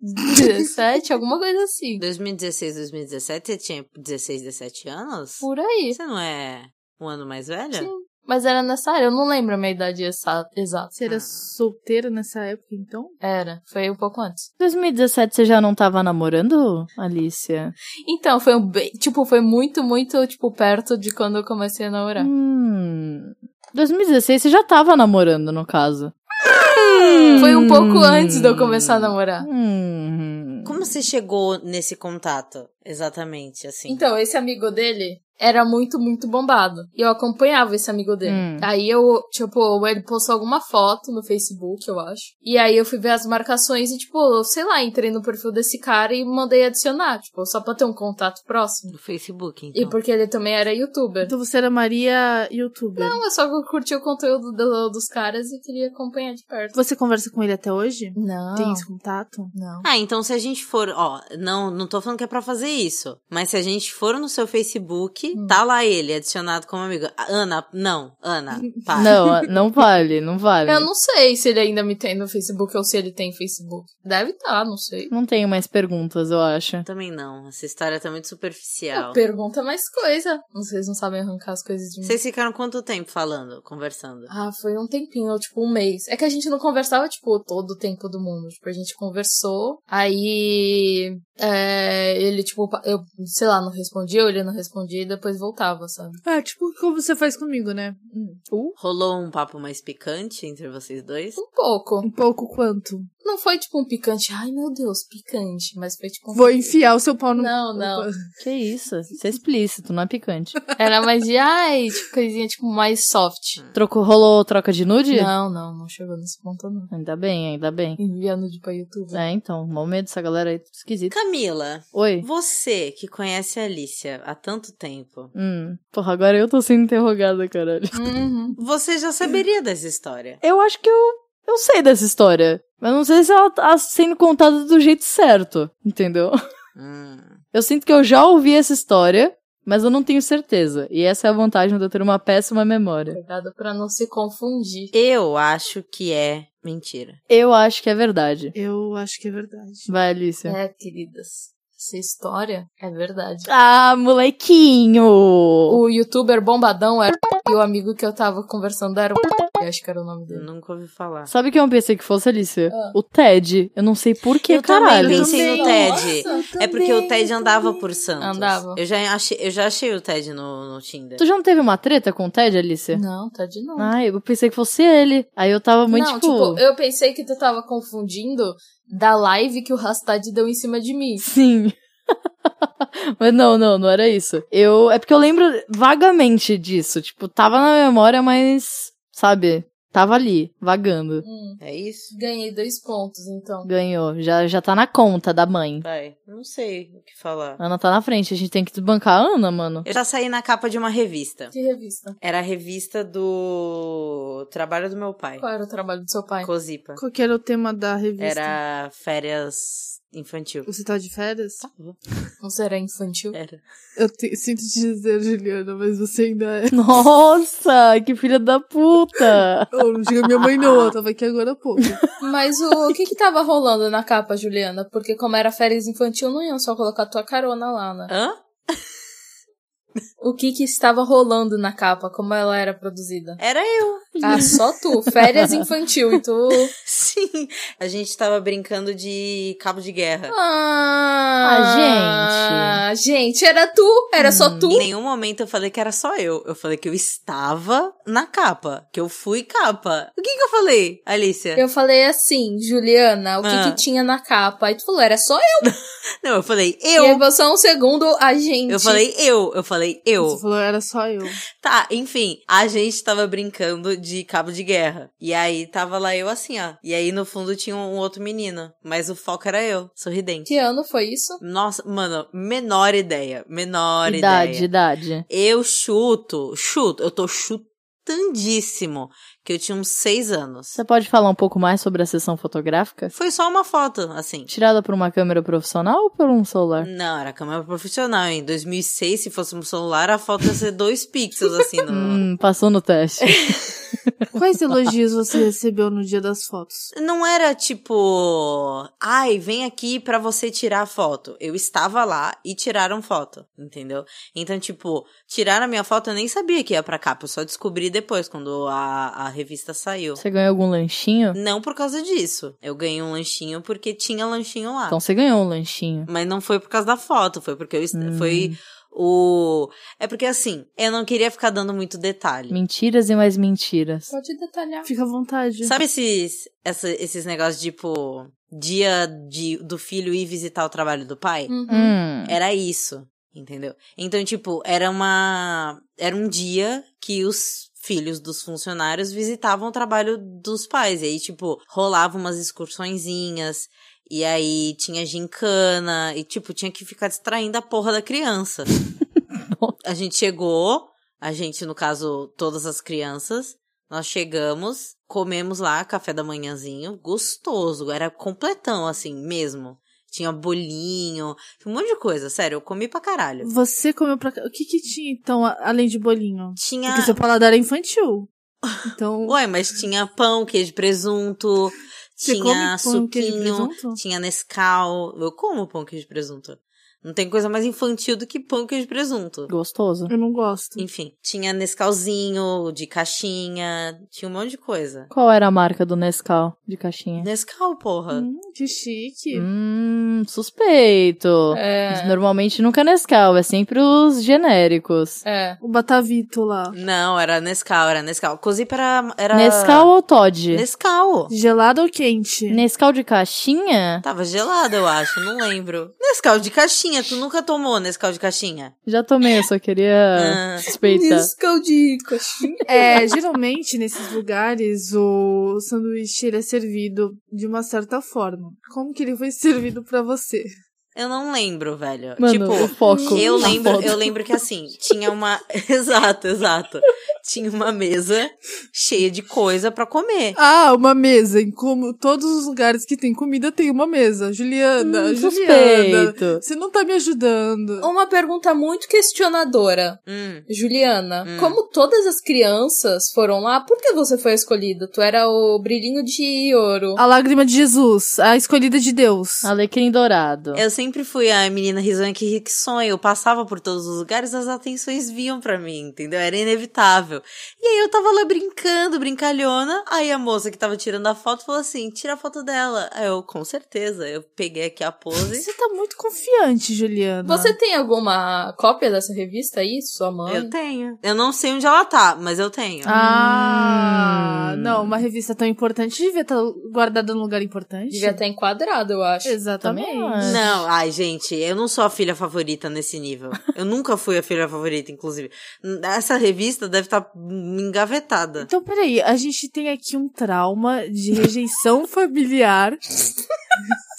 S4: 17, alguma coisa assim.
S3: 2016, 2017? Você tinha 16, 17 anos?
S4: Por aí.
S3: Você não é um ano mais velha?
S4: Sim. Mas era nessa área, eu não lembro a minha idade exa- exata.
S2: Você era solteira nessa época, então?
S4: Era, foi um pouco antes.
S5: 2017 você já não tava namorando, Alicia?
S4: Então, foi um bem, tipo, foi muito, muito, tipo, perto de quando eu comecei a namorar.
S5: Hum. 2016 você já tava namorando, no caso.
S4: Foi um pouco antes de eu começar a namorar. Uhum.
S5: Hum.
S3: Como você chegou nesse contato? Exatamente, assim.
S4: Então, esse amigo dele era muito, muito bombado. E eu acompanhava esse amigo dele.
S5: Hum.
S4: Aí eu, tipo, ele postou alguma foto no Facebook, eu acho. E aí eu fui ver as marcações e, tipo, eu, sei lá, entrei no perfil desse cara e mandei adicionar, tipo, só pra ter um contato próximo.
S3: No Facebook, então.
S4: E porque ele também era youtuber.
S2: Então você era Maria Youtuber.
S4: Não, eu só curti o conteúdo do- dos caras e queria acompanhar de perto.
S2: Você conversa com ele até hoje?
S4: Não.
S2: Tem esse contato?
S4: Não.
S3: Ah, então se a gente for, ó, não, não tô falando que é pra fazer isso, mas se a gente for no seu Facebook,
S4: Hum.
S3: tá lá ele adicionado como amigo. Ah, Ana, não, Ana, para.
S5: Não, não vale, não vale.
S4: Eu não sei se ele ainda me tem no Facebook ou se ele tem Facebook. Deve estar, não sei.
S5: Não tenho mais perguntas, eu acho.
S3: Também não, essa história tá muito
S4: Ah,
S3: superficial.
S4: Pergunta mais coisa. Vocês não sabem arrancar as coisas de mim.
S3: Vocês ficaram quanto tempo falando, conversando?
S4: Ah, foi um tempinho, tipo um mês. É que a gente não conversava, tipo, todo o tempo do mundo. Tipo, a gente conversou, aí é, ele, tipo, pa- eu, sei lá, não respondia, ou ele não respondia e depois voltava, sabe?
S2: Ah, tipo como você faz comigo, né?
S3: Rolou um papo mais picante entre vocês dois?
S4: Um pouco.
S2: Um pouco quanto?
S4: Não foi tipo um picante, ai meu Deus, picante, mas foi tipo um
S2: Vou enfiar o seu pau no...
S4: Não, não.
S5: Que isso? Isso é explícito, não é picante.
S4: Era mais de, ai, tipo, coisinha tipo mais soft.
S5: Troco, rolou troca de nude?
S4: Não, não, não chegou nesse ponto, não.
S5: Ainda bem, ainda bem.
S4: Enviando de pra YouTube.
S5: É, então, mal medo dessa galera aí, esquisita.
S3: Camila,
S5: Oi.
S3: você que conhece a Alicia há tanto tempo,
S5: Hum. Porra, agora eu tô sendo interrogada, caralho.
S4: Uhum.
S3: você já saberia dessa história.
S5: Eu acho que eu, eu sei dessa história. Mas não sei se ela tá sendo contada do jeito certo, entendeu?
S3: Hum.
S5: Eu sinto que eu já ouvi essa história, mas eu não tenho certeza. E essa é a vantagem de eu ter uma péssima memória.
S4: Cuidado pra não se confundir.
S3: Eu acho que é mentira.
S5: Eu acho que é verdade.
S2: Eu acho que é verdade.
S5: Vai, Alicia.
S4: É, queridas. Essa história é verdade.
S5: Ah, molequinho!
S4: O youtuber bombadão era o e o amigo que eu tava conversando era o eu acho que era o nome
S2: Hum.
S4: dele.
S3: Nunca ouvi falar.
S5: Sabe quem eu pensei que fosse, Alicia?
S4: Ah.
S5: O Ted. Eu não sei por que,
S3: Eu também
S5: caralho.
S3: pensei no Ted.
S2: Nossa,
S3: É porque o
S2: também,
S3: Ted
S2: eu
S3: andava
S2: também.
S3: por Santos.
S4: Andava.
S3: Eu já achei, eu já achei o Ted no, no Tinder.
S5: Tu já não teve uma treta com o Ted, Alicia?
S4: Não, tá de novo.
S5: Ai, eu pensei que fosse ele. Aí eu tava muito
S4: não,
S5: tipo.
S4: tipo, eu pensei que tu tava confundindo da live que o Rastad deu em cima de mim.
S5: Sim. mas não, não, não era isso. Eu. É porque eu lembro vagamente disso. Tipo, tava na memória, mas. Sabe? Tava ali, vagando.
S4: Hum,
S3: É isso?
S4: ganhei dois pontos, então.
S5: Ganhou. Já, já tá na conta da mãe.
S3: Vai. Não sei o que falar.
S5: Ana tá na frente, a gente tem que desbancar a Ana, mano.
S3: Eu já saí na capa de uma revista.
S4: Que revista?
S3: Era a revista do trabalho do meu pai.
S4: Qual é? era o trabalho do seu pai?
S3: Cozipa.
S2: Qual que era o tema da revista?
S3: Era férias infantil.
S2: Você tá de férias?
S4: Não será infantil?
S3: Era.
S2: Eu te- sinto te dizer, Juliana, mas você ainda é.
S5: Nossa, que filha da puta!
S2: Oh, não diga minha mãe, não. Eu tava aqui agora há pouco.
S4: Mas o, o que que tava rolando na capa, Juliana? Porque como era férias infantil, não iam só colocar tua carona lá, né?
S3: Hã?
S4: O que que estava rolando na capa? Como ela era produzida?
S3: Era eu.
S4: Ah, só tu. Férias infantil e tu...
S3: Sim. A gente tava brincando de cabo de guerra.
S4: Ah,
S5: Ah,
S4: gente. Gente, era tu. Era só tu.
S3: Em nenhum momento eu falei que era só eu. Eu falei que eu estava na capa. Que eu fui capa. O que que eu falei, Alicia?
S4: Eu falei assim, Juliana, o que
S3: Ah.
S4: que tinha na capa? Aí tu falou, era só eu.
S3: Não, eu falei
S4: E aí
S3: eu.
S4: você é um segundo, a gente.
S3: Eu falei eu. Eu falei eu.
S2: Você falou, era só eu.
S3: Tá, enfim, a gente tava brincando de cabo de guerra. E aí tava lá eu assim, ó. E aí no fundo tinha um outro menino. Mas o foco era eu, sorridente.
S4: Que ano foi isso?
S3: Nossa, mano, menor ideia. Menor
S5: idade,
S3: ideia.
S5: idade.
S3: Eu chuto, chuto, eu tô chutandíssimo que eu tinha uns seis anos.
S5: Você pode falar um pouco mais sobre a sessão fotográfica?
S3: Foi só uma foto, assim.
S5: Tirada por uma câmera profissional ou por um celular?
S3: Não, era câmera profissional. Em 2006, se fosse um celular, a foto ia ser dois pixels, assim, no...
S5: Hum, passou no teste.
S2: Quais elogios você recebeu no dia das fotos?
S3: Não era tipo, ai, vem aqui pra você tirar a foto. Eu estava lá e tiraram foto, entendeu? Então, tipo, tiraram a minha foto, eu nem sabia que ia pra capa, eu só descobri depois, quando a, a revista saiu.
S5: Você ganhou algum lanchinho?
S3: Não por causa disso. Eu ganhei um lanchinho porque tinha lanchinho lá.
S5: Então você ganhou um lanchinho.
S3: Mas não foi por causa da foto, foi porque eu. est-
S5: Hum.
S3: Foi o. É porque assim, eu não queria ficar dando muito detalhe.
S5: Mentiras e mais mentiras.
S4: Pode detalhar.
S2: Fica à vontade.
S3: Sabe esses, essa- esses negócios tipo. Dia de, do filho ir visitar o trabalho do pai?
S4: Uhum.
S5: Hum.
S3: Era isso, entendeu? Então, tipo, era uma. Era um dia que os filhos dos funcionários visitavam o trabalho dos pais. E aí, tipo, rolava umas excursõezinhas. E aí tinha gincana. E, tipo, tinha que ficar distraindo a porra da criança. a gente chegou. A gente, no caso, todas as crianças. Nós chegamos, comemos lá café da manhãzinho, gostoso, era completão assim mesmo. Tinha bolinho, um monte de coisa, sério, eu comi pra caralho.
S2: Você comeu pra. ca- O que que tinha, então, a- além de bolinho?
S3: Tinha.
S2: Porque seu paladar é infantil. Então.
S3: Ué, mas tinha pão, queijo, e presunto,
S2: você
S3: tinha
S2: come pão, queijo,
S3: suquinho,
S2: presunto?
S3: tinha Nescau. Eu como pão, queijo, e presunto. Não tem coisa mais infantil do que pão, queijo, e presunto.
S5: Gostoso.
S2: Eu não
S5: Hum,
S2: gosto.
S3: Enfim, tinha Nescauzinho, de caixinha, tinha um monte de coisa.
S5: Qual era a marca do Nescau de caixinha?
S3: Nescau, porra.
S2: Hum, que chique.
S5: Hum,
S3: Hum.
S5: suspeito.
S4: É.
S5: Normalmente nunca é Nescau, é sempre os genéricos.
S3: Tá.
S4: É.
S2: O Batavito lá.
S3: Não, era Nescau, era Nescau. Cozipa era, era...
S5: Nescau ou Todd?
S3: Ah. Nescau.
S5: Hum.
S2: Gelado ou quente?
S5: Nescau de caixinha?
S3: Tava gelado, eu acho, não lembro. Nescau de caixinha, tu nunca tomou Nescau de caixinha?
S5: Já tomei, eu só queria
S3: Ah,
S5: suspeitar.
S4: Niscau de coxinha.
S2: É, geralmente nesses lugares o sanduíche ele é servido de uma certa forma. Como que ele foi servido pra você?
S3: eu não lembro, velho.
S5: Mano, o
S3: tipo,
S5: foco.
S3: eu
S5: na
S3: lembro,
S5: foto.
S3: eu lembro que assim, tinha uma. exato, exato. Tinha uma mesa cheia de coisa pra comer.
S2: Ah, uma mesa. Em como todos os lugares que tem comida tem uma mesa. Juliana,
S5: Hum, Um
S2: Juliana.
S5: Suspeito.
S2: Você não tá me ajudando.
S4: Uma pergunta muito questionadora.
S3: Hum.
S4: Juliana,
S3: Hum.
S4: como todas as crianças foram lá, por que você foi escolhida? Tu era o brilhinho de ouro.
S2: A lágrima de Jesus, a escolhida de Deus.
S5: Alecrim dourado.
S3: Eu sempre fui a menina risonha que ri que sonha. Eu passava por todos os lugares, as atenções vinham pra mim, entendeu? Era inevitável. E aí eu tava lá brincando, brincalhona. Aí a moça que tava tirando a foto falou assim: tira a foto dela. Aí eu, com certeza. Eu peguei aqui a pose.
S2: Você tá muito confiante, Juliana.
S4: Você tá tem alguma cópia dessa revista aí, sua mãe?
S3: Eu tenho. Eu não sei onde ela tá, mas eu tenho.
S2: Ah,
S5: Hum.
S2: não, uma revista tão importante devia estar guardada num lugar importante.
S4: Devia estar enquadrado, eu acho.
S2: Exatamente.
S5: Também acho.
S3: Não, Ai, gente, eu não sou a filha favorita nesse nível. Eu nunca fui a filha favorita, inclusive. Essa revista deve estar engavetada.
S2: Então, peraí, a gente tem aqui um trauma de rejeição familiar.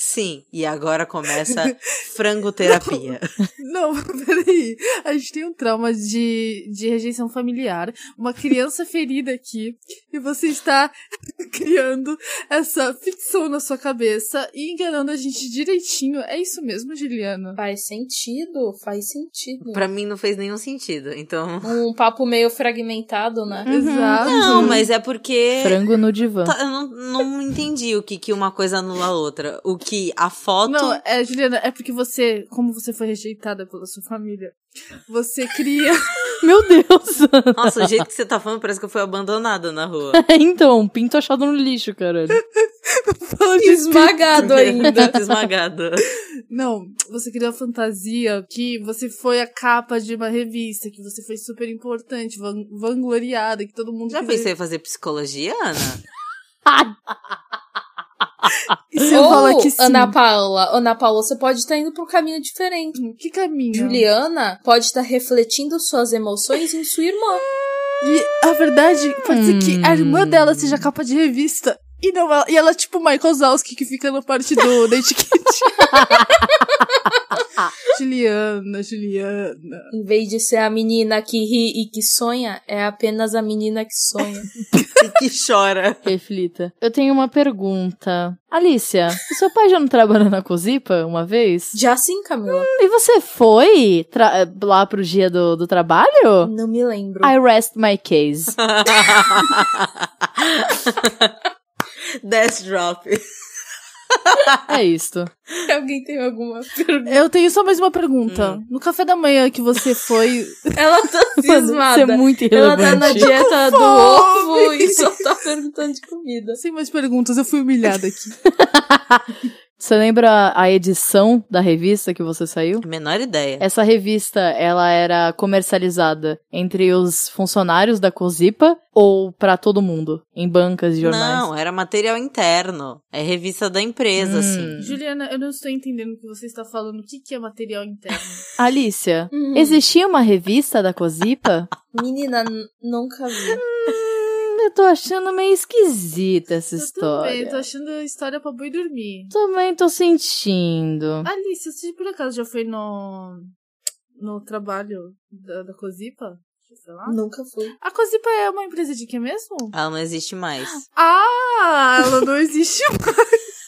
S3: Sim, e agora começa frangoterapia.
S2: Não, peraí. A gente tem um trauma de, de rejeição familiar, uma criança ferida aqui, e você está criando essa ficção na sua cabeça e enganando a gente direitinho. É isso mesmo, Juliana?
S4: Faz sentido, faz sentido.
S3: Pra mim não fez nenhum sentido, então.
S4: Um papo meio fragmentado, né?
S2: Uhum. Exato.
S3: Uhum. Não, mas é porque.
S5: Frango no divã.
S3: Tá, eu não, não entendi o que, que uma coisa anula a outra. O que a foto.
S2: Não, é, Juliana, é porque você, como você foi rejeitada pela sua família, você cria.
S5: Meu Deus!
S3: Nossa, o jeito que você tá falando parece que eu fui abandonada na rua.
S5: então, pinto achado no lixo, caralho.
S2: Fala de
S4: Esmagado ainda.
S3: Esmagada.
S2: Não, você criou a fantasia que você foi a capa de uma revista, que você foi super importante, van- vangloriada, que todo mundo
S3: Já
S2: queria-
S3: pensei em fazer psicologia, Ana?
S2: E você
S4: Ou,
S2: fala que sim.
S4: Ana Paula, Ana Paula, você pode estar indo para um caminho diferente.
S2: Que caminho.
S4: Juliana pode estar refletindo suas emoções em sua irmã.
S2: E a verdade, pode ser que a irmã
S5: Hum.
S2: dela seja capa de revista. E, não, ela, e ela é tipo Michael Zalski que fica na parte do da etiquete. Juliana, Juliana.
S4: Em vez de ser a menina que ri e que sonha, é apenas a menina que sonha.
S3: E que chora.
S5: Reflita. Eu tenho uma pergunta. Alicia, o seu pai já não trabalhou na Cozipa uma vez?
S4: Já sim, Camila.
S5: E você foi tra- lá pro dia do, do trabalho?
S4: Não me lembro.
S5: I rest my case.
S3: Death drop.
S5: É isto.
S4: Alguém tem alguma pergunta?
S2: Eu tenho só mais uma pergunta.
S5: Hum.
S2: No café da manhã que você foi.
S4: Ela tá
S5: Mano, isso é
S4: cismada.
S5: muito
S4: Ela tá na
S5: irrelevante.
S4: dieta do
S2: fome.
S4: ovo e só tá perguntando de comida.
S2: Sem mais perguntas, eu fui humilhada aqui.
S5: Você lembra a edição da revista que você saiu?
S3: Menor ideia.
S5: Essa revista, ela era comercializada entre os funcionários da Cozipa ou pra todo mundo, em bancas de jornais?
S3: Não, era material interno. É revista da empresa,
S5: Hum.
S3: assim.
S2: Juliana, eu não estou entendendo o que você está falando. O que, que é material interno?
S5: Alicia,
S4: Hum.
S5: existia uma revista da Cozipa?
S4: Menina, n- nunca vi.
S5: Hum, eu tô achando meio esquisita essa
S2: Tá Eu também,
S5: história.
S2: tô achando a história pra boi dormir.
S5: Também tô sentindo.
S2: Ah, Alice, você por acaso já foi no. no trabalho da, da Cozipa? Sei lá.
S4: Nunca fui.
S2: A Cozipa é uma empresa de quem mesmo?
S3: Ela não existe mais.
S2: Ah, ela não existe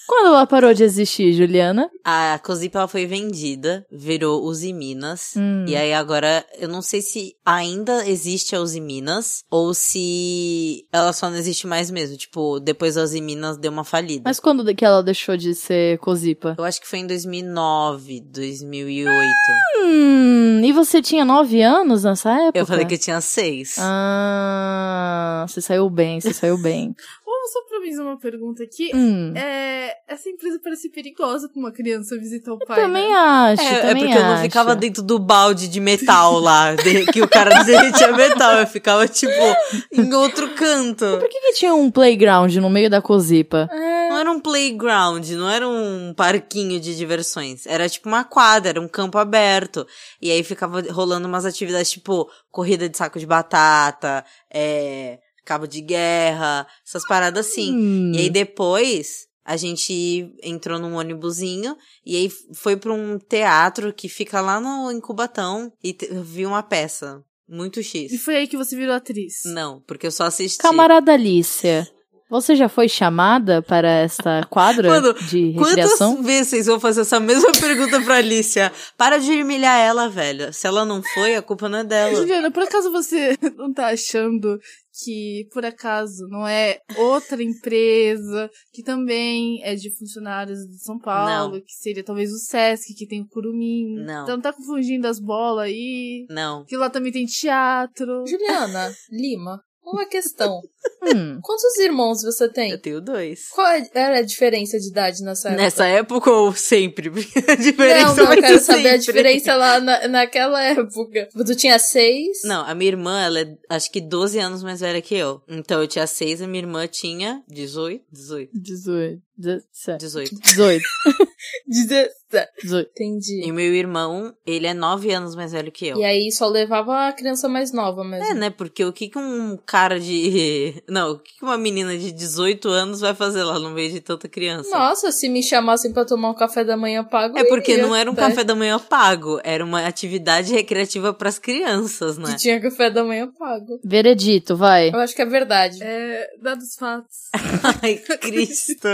S5: Quando ela parou de existir, Juliana?
S3: A Cozipa ela foi vendida, virou Uzi Minas.
S5: Hum.
S3: E aí agora, eu não sei se ainda existe a Uzi Minas ou se ela só não existe mais mesmo. Tipo, depois a Uzi Minas deu uma falida.
S5: Mas quando de- que ela deixou de ser Cozipa?
S3: Eu acho que foi em 2009, 2008.
S5: Hum, e você tinha nove anos nessa época?
S3: eu falei que eu tinha seis.
S5: Ah, você saiu bem, você saiu bem.
S2: Vamos só pra mim uma pergunta aqui.
S5: Hum.
S2: É, essa empresa parece perigosa pra uma criança visitar o pai.
S5: Também
S2: né?
S5: acho,
S3: É, é
S5: também
S3: porque eu não
S5: acho.
S3: ficava dentro do balde de metal lá, de- que o cara derretia metal. Eu ficava, tipo, em outro canto.
S5: Por que, que tinha um playground no meio da Cozipa?
S3: Não era um playground, não era um parquinho de diversões. Era tipo uma quadra, era um campo aberto. E aí ficava rolando umas atividades tipo corrida de saco de batata, é, cabo de guerra, essas paradas assim.
S5: Hum.
S3: E aí depois a gente entrou num ônibusinho e aí foi pra um teatro que fica lá no em Cubatão e te- eu vi uma peça muito
S2: E
S3: X.
S2: foi aí que você virou atriz.
S3: Não, porque eu só assisti.
S5: Camarada Alicia, você já foi chamada para esta quadra
S3: Mano,
S5: de
S3: Quantas
S5: recreação?
S3: vezes vocês vão fazer essa mesma pergunta pra Alicia? Para de humilhar ela, velho. Se ela não foi, a culpa não é dela.
S2: Juliana, por acaso você não tá achando que, por acaso, não é outra empresa que também é de funcionários de São Paulo, que seria talvez o Sesc, que tem o Curumim?
S3: Não.
S2: Então tá confundindo as bolas aí.
S3: Não.
S2: Que lá também tem teatro.
S4: Juliana, Lima, uma questão.
S5: Hum.
S4: Quantos irmãos você
S3: Eu
S4: tem?
S3: tenho dois.
S4: Qual é- era a diferença de idade nessa época?
S3: Nessa época ou sempre? Porque a diferença
S4: não, não,
S3: vai
S4: eu quero
S3: ser
S4: saber a
S3: sempre.
S4: diferença lá na, naquela época. Tu tinha seis?
S3: Não, a minha irmã, ela é acho que 12 anos mais velha que eu. Então eu tinha 6, a minha irmã tinha 18. 18.
S5: 18. 17.
S3: 18.
S5: 18.
S4: 17.
S5: Dezoito.
S4: Entendi.
S3: E meu irmão, ele é nove anos mais velho que eu.
S4: E é aí só levava a criança mais nova mesmo.
S3: um É, né? Porque o que que um cara de. Não, o que que uma menina de 18 anos vai fazer lá no meio de tanta criança?
S4: Nossa, se me chamassem pra tomar um café da manhã pago.
S3: É
S4: eu
S3: porque
S4: iria,
S3: não era um
S4: né?
S3: café da manhã pago, era uma atividade recreativa pras crianças, né?
S4: Que tinha café da manhã pago.
S5: Veredito, vai.
S4: Eu acho que é verdade.
S2: É, dados fatos.
S3: Ai, Cristo.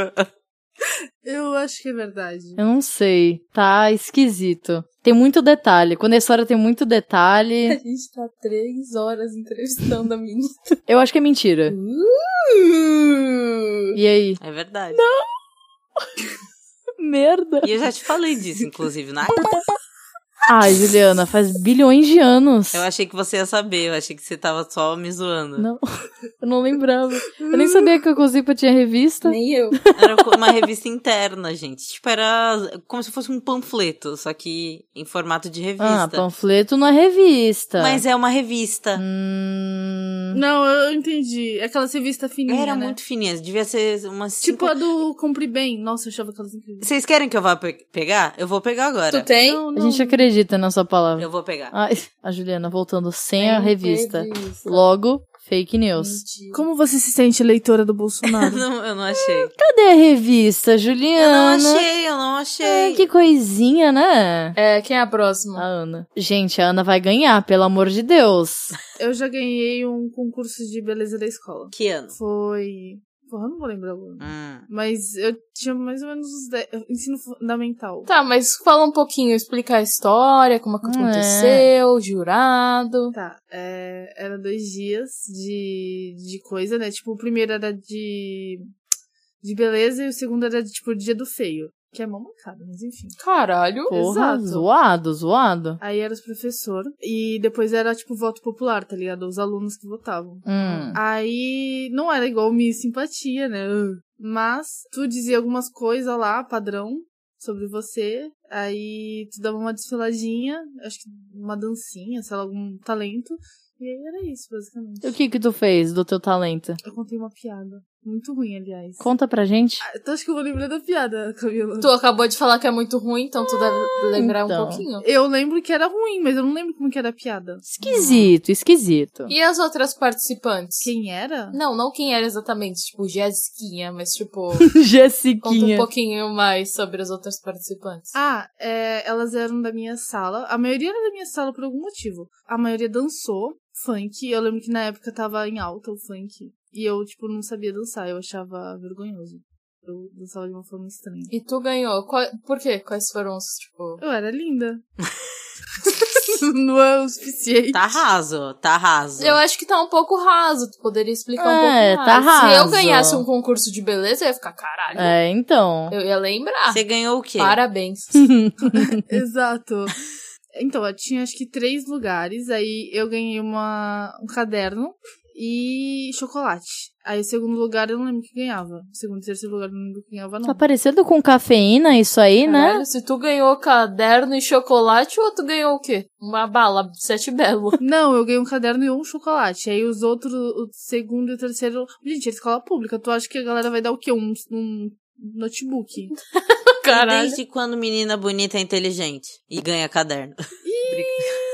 S2: Eu acho que é verdade.
S5: Eu não sei. Tá esquisito. Tem muito detalhe. Quando a história tem muito
S4: A
S5: detalhe,
S4: gente tá três horas entrevistando a menina.
S5: eu acho que é mentira.
S4: Uh!
S5: E aí?
S3: É verdade.
S5: Merda.
S3: E eu já te falei disso, inclusive, né? na
S5: Ai, Juliana, faz bilhões de anos.
S3: Eu achei que você ia saber, eu achei que você tava só me zoando.
S5: Não, eu não lembrava. Eu nem sabia que a Cozipa tinha revista.
S4: Nem eu.
S3: Era co- uma revista interna, gente. Tipo, era como se fosse um panfleto, só que em formato de
S5: Ah,
S3: revista.
S5: panfleto na revista.
S3: Mas é uma revista.
S5: Hum,
S2: Não, eu entendi. É Aquela revista fininha,
S3: Era
S2: né?
S3: muito fininha, devia ser umas
S2: Tipo
S3: cinco...
S2: a do Compre Bem. Nossa, eu achava aquelas incríveis.
S3: Vocês querem que eu vá pe- pegar? Eu vou pegar agora.
S4: Tu tem?
S2: Não,
S5: a
S2: não.
S5: gente acredita na sua palavra.
S3: Eu vou pegar.
S5: Ai, a Juliana voltando sem a
S4: Tem
S5: revista.
S4: revista. Hum.
S5: Logo, fake news.
S4: Mentira.
S2: Como você se sente leitora do Bolsonaro?
S3: Não, eu não achei.
S5: Cadê a revista,
S3: Eu não
S5: Juliana?
S3: achei, eu não achei.
S5: Ai, É, que coisinha, né?
S4: É, quem é a próxima?
S5: A Ana. Gente, a Ana vai ganhar, pelo amor de Deus.
S2: eu já ganhei um concurso de beleza da escola.
S3: Que ano?
S2: Foi. Porra, eu não vou lembrar o ano.
S3: Hum.
S2: Mas eu tinha mais ou menos uns 10. Ensino fundamental.
S4: Tá, mas fala um pouquinho, explica a história, como é que
S5: É.
S4: aconteceu, jurado.
S2: Tá, é, era dois dias de, de coisa, né? Tipo, o primeiro era de, de beleza e o segundo era de, tipo, dia do feio. Que é mó mancada, mas enfim.
S4: Caralho.
S5: Porra,
S2: Exato.
S5: zoado, zoado.
S2: Aí era os professor e depois era, tipo, voto popular, tá ligado? Os alunos que votavam.
S5: Hum.
S2: Aí não era igual Miss Simpatia, né? Ugh. Mas tu dizia algumas coisas lá, padrão, sobre você. Aí tu dava uma desfiladinha, acho que uma dancinha, sei lá, algum talento. E aí era isso, basicamente.
S5: E O que que tu fez do teu talento?
S2: Eu contei uma piada. Muito ruim, aliás.
S5: Conta pra gente.
S2: Então acho que eu vou lembrar da piada, Camila.
S4: Tu acabou de falar que é muito ruim, então tu deve lembrar
S5: então.
S4: um pouquinho.
S2: Eu lembro que era ruim, mas eu não lembro como que era a piada.
S5: Esquisito, esquisito.
S4: E as outras participantes?
S2: Quem era?
S4: Não, não quem era exatamente, tipo, Jessiquinha, mas tipo, conta um
S5: Jessiquinha.
S4: pouquinho mais sobre as outras participantes.
S2: Ah, é, elas eram da minha sala. A maioria era da minha sala por algum motivo. A maioria dançou funk. Eu lembro que na época tava em alta o funk. E eu, tipo, não sabia dançar. Eu achava vergonhoso. Eu dançava de uma forma estranha.
S4: E tu ganhou. Qual- por quê? Quais foram os, tipo.
S2: Eu era linda. não é o suficiente.
S3: Tá raso, tá raso.
S4: Eu acho que tá um pouco raso, tu poderia explicar um
S5: É,
S4: pouco mais.
S5: tá
S4: Se eu
S5: raso.
S4: ganhasse um concurso de beleza, eu ia ficar,
S2: um
S4: caralho.
S5: É, então.
S4: Eu ia lembrar.
S3: Você ganhou o quê?
S4: Parabéns.
S2: Exato. Então, eu tinha acho que três lugares. Aí eu ganhei uma, um caderno e chocolate. Aí o segundo lugar eu não lembro que ganhava. O segundo e terceiro lugar eu não lembro que ganhava, não.
S5: Tá parecendo com cafeína isso aí, né?
S4: Caralho, se tu ganhou caderno e chocolate, o outro ganhou o quê? Uma bala, sete belo.
S2: Não, eu ganhei um caderno e um chocolate. Aí os outros, o segundo e o terceiro. Gente, é escola pública. Tu acha que a galera vai dar o quê? Um, um notebook.
S3: E
S4: Caralho.
S3: Desde quando menina bonita é inteligente e ganha caderno?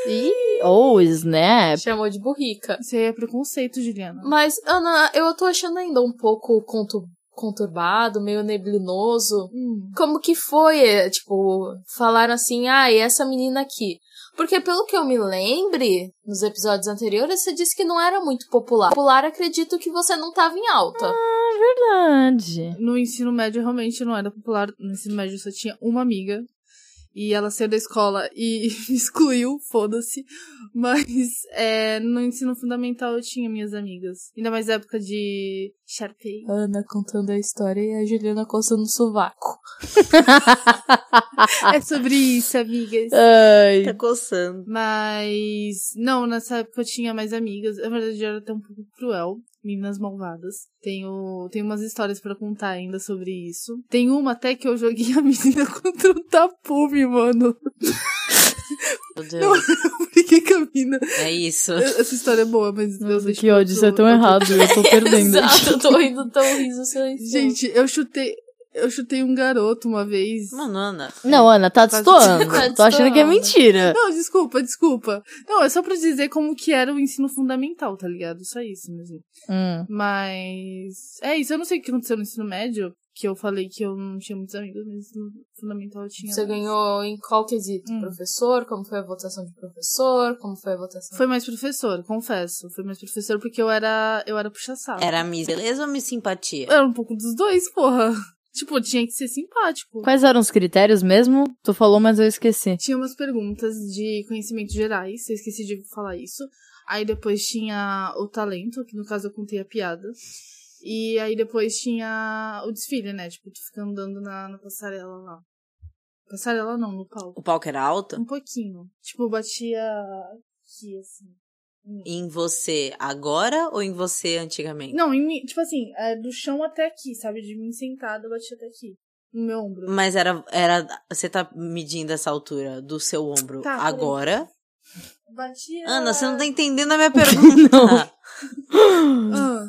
S5: Ih, oh, snap.
S4: Chamou de burrica.
S2: Isso aí é preconceito, Juliana.
S4: Mas, Ana, eu tô achando ainda um pouco contu- conturbado, meio neblinoso.
S2: Hum.
S4: Como que foi, eh, tipo, falaram assim, ah, e essa menina aqui? Porque pelo que eu me lembre, nos episódios anteriores, você disse que não era muito popular. Popular, acredito que você não tava em alta.
S5: Verdade.
S2: No ensino médio, realmente não era popular. No ensino médio, eu só tinha uma amiga. E ela saiu da escola e me excluiu, foda-se. Mas é, no ensino fundamental eu tinha minhas amigas. Ainda mais época de Sharpay.
S4: Ana contando a história e a Juliana coçando o sovaco.
S2: É sobre isso, amigas.
S5: Ai.
S3: Tá coçando.
S2: Mas. Não, nessa época eu tinha mais amigas. Na verdade, eu era até um pouco cruel. Meninas malvadas. Tenho, tenho umas histórias pra contar ainda sobre isso. Tem uma até que eu joguei a menina contra o tapume, mano.
S3: Meu Deus.
S2: Por que que a mina.
S3: É isso.
S2: Essa história é boa, mas Deus deixa
S5: é Que ódio, isso é tão errado, eu tô perdendo.
S4: Exato, eu tô indo tão riso assim, silencioso.
S2: Gente, eu chutei. Eu chutei um garoto uma vez.
S3: Mano, Ana.
S5: Não, Ana, tá
S2: Tá
S5: destoando.
S4: destoando.
S5: Tô achando que é mentira.
S2: Não, desculpa, desculpa. Não, é só pra dizer como que era o ensino fundamental, tá ligado? Só isso mesmo.
S5: Hum.
S2: Mas. É isso, eu não sei o que aconteceu no ensino médio, que eu falei que eu não tinha muitos amigos, mas no ensino fundamental eu tinha.
S4: Você
S2: mais.
S4: ganhou em qual quesito?
S2: Hum.
S4: Professor? Como foi a votação de professor? Como foi a votação?
S2: Foi mais professor, confesso. Foi mais professor porque eu era. Eu era puxa-saco.
S3: Era Miss Beleza ou Miss Simpatia?
S2: Era um pouco dos dois, porra. Tipo, tinha que ser simpático.
S5: Quais eram os critérios mesmo? Tu falou, mas eu esqueci.
S2: Tinha umas perguntas de conhecimentos gerais, eu esqueci de falar isso. Aí depois tinha o talento, que no caso eu contei a piada. E aí depois tinha o desfile, né? Tipo, tu fica andando na, na passarela lá. Passarela não, no palco.
S3: O palco era alto?
S2: Um pouquinho. Tipo, batia aqui, assim.
S3: Em você agora ou em você antigamente?
S2: Não, em mim, tipo assim, é, do chão até aqui, sabe? De mim sentada, batia até aqui. No meu ombro.
S3: Mas era, era. Você tá medindo essa altura do seu ombro
S2: Tá, peraí.
S3: agora?
S2: Batia.
S3: Ana, você não tá entendendo a minha pergunta.
S2: Ah.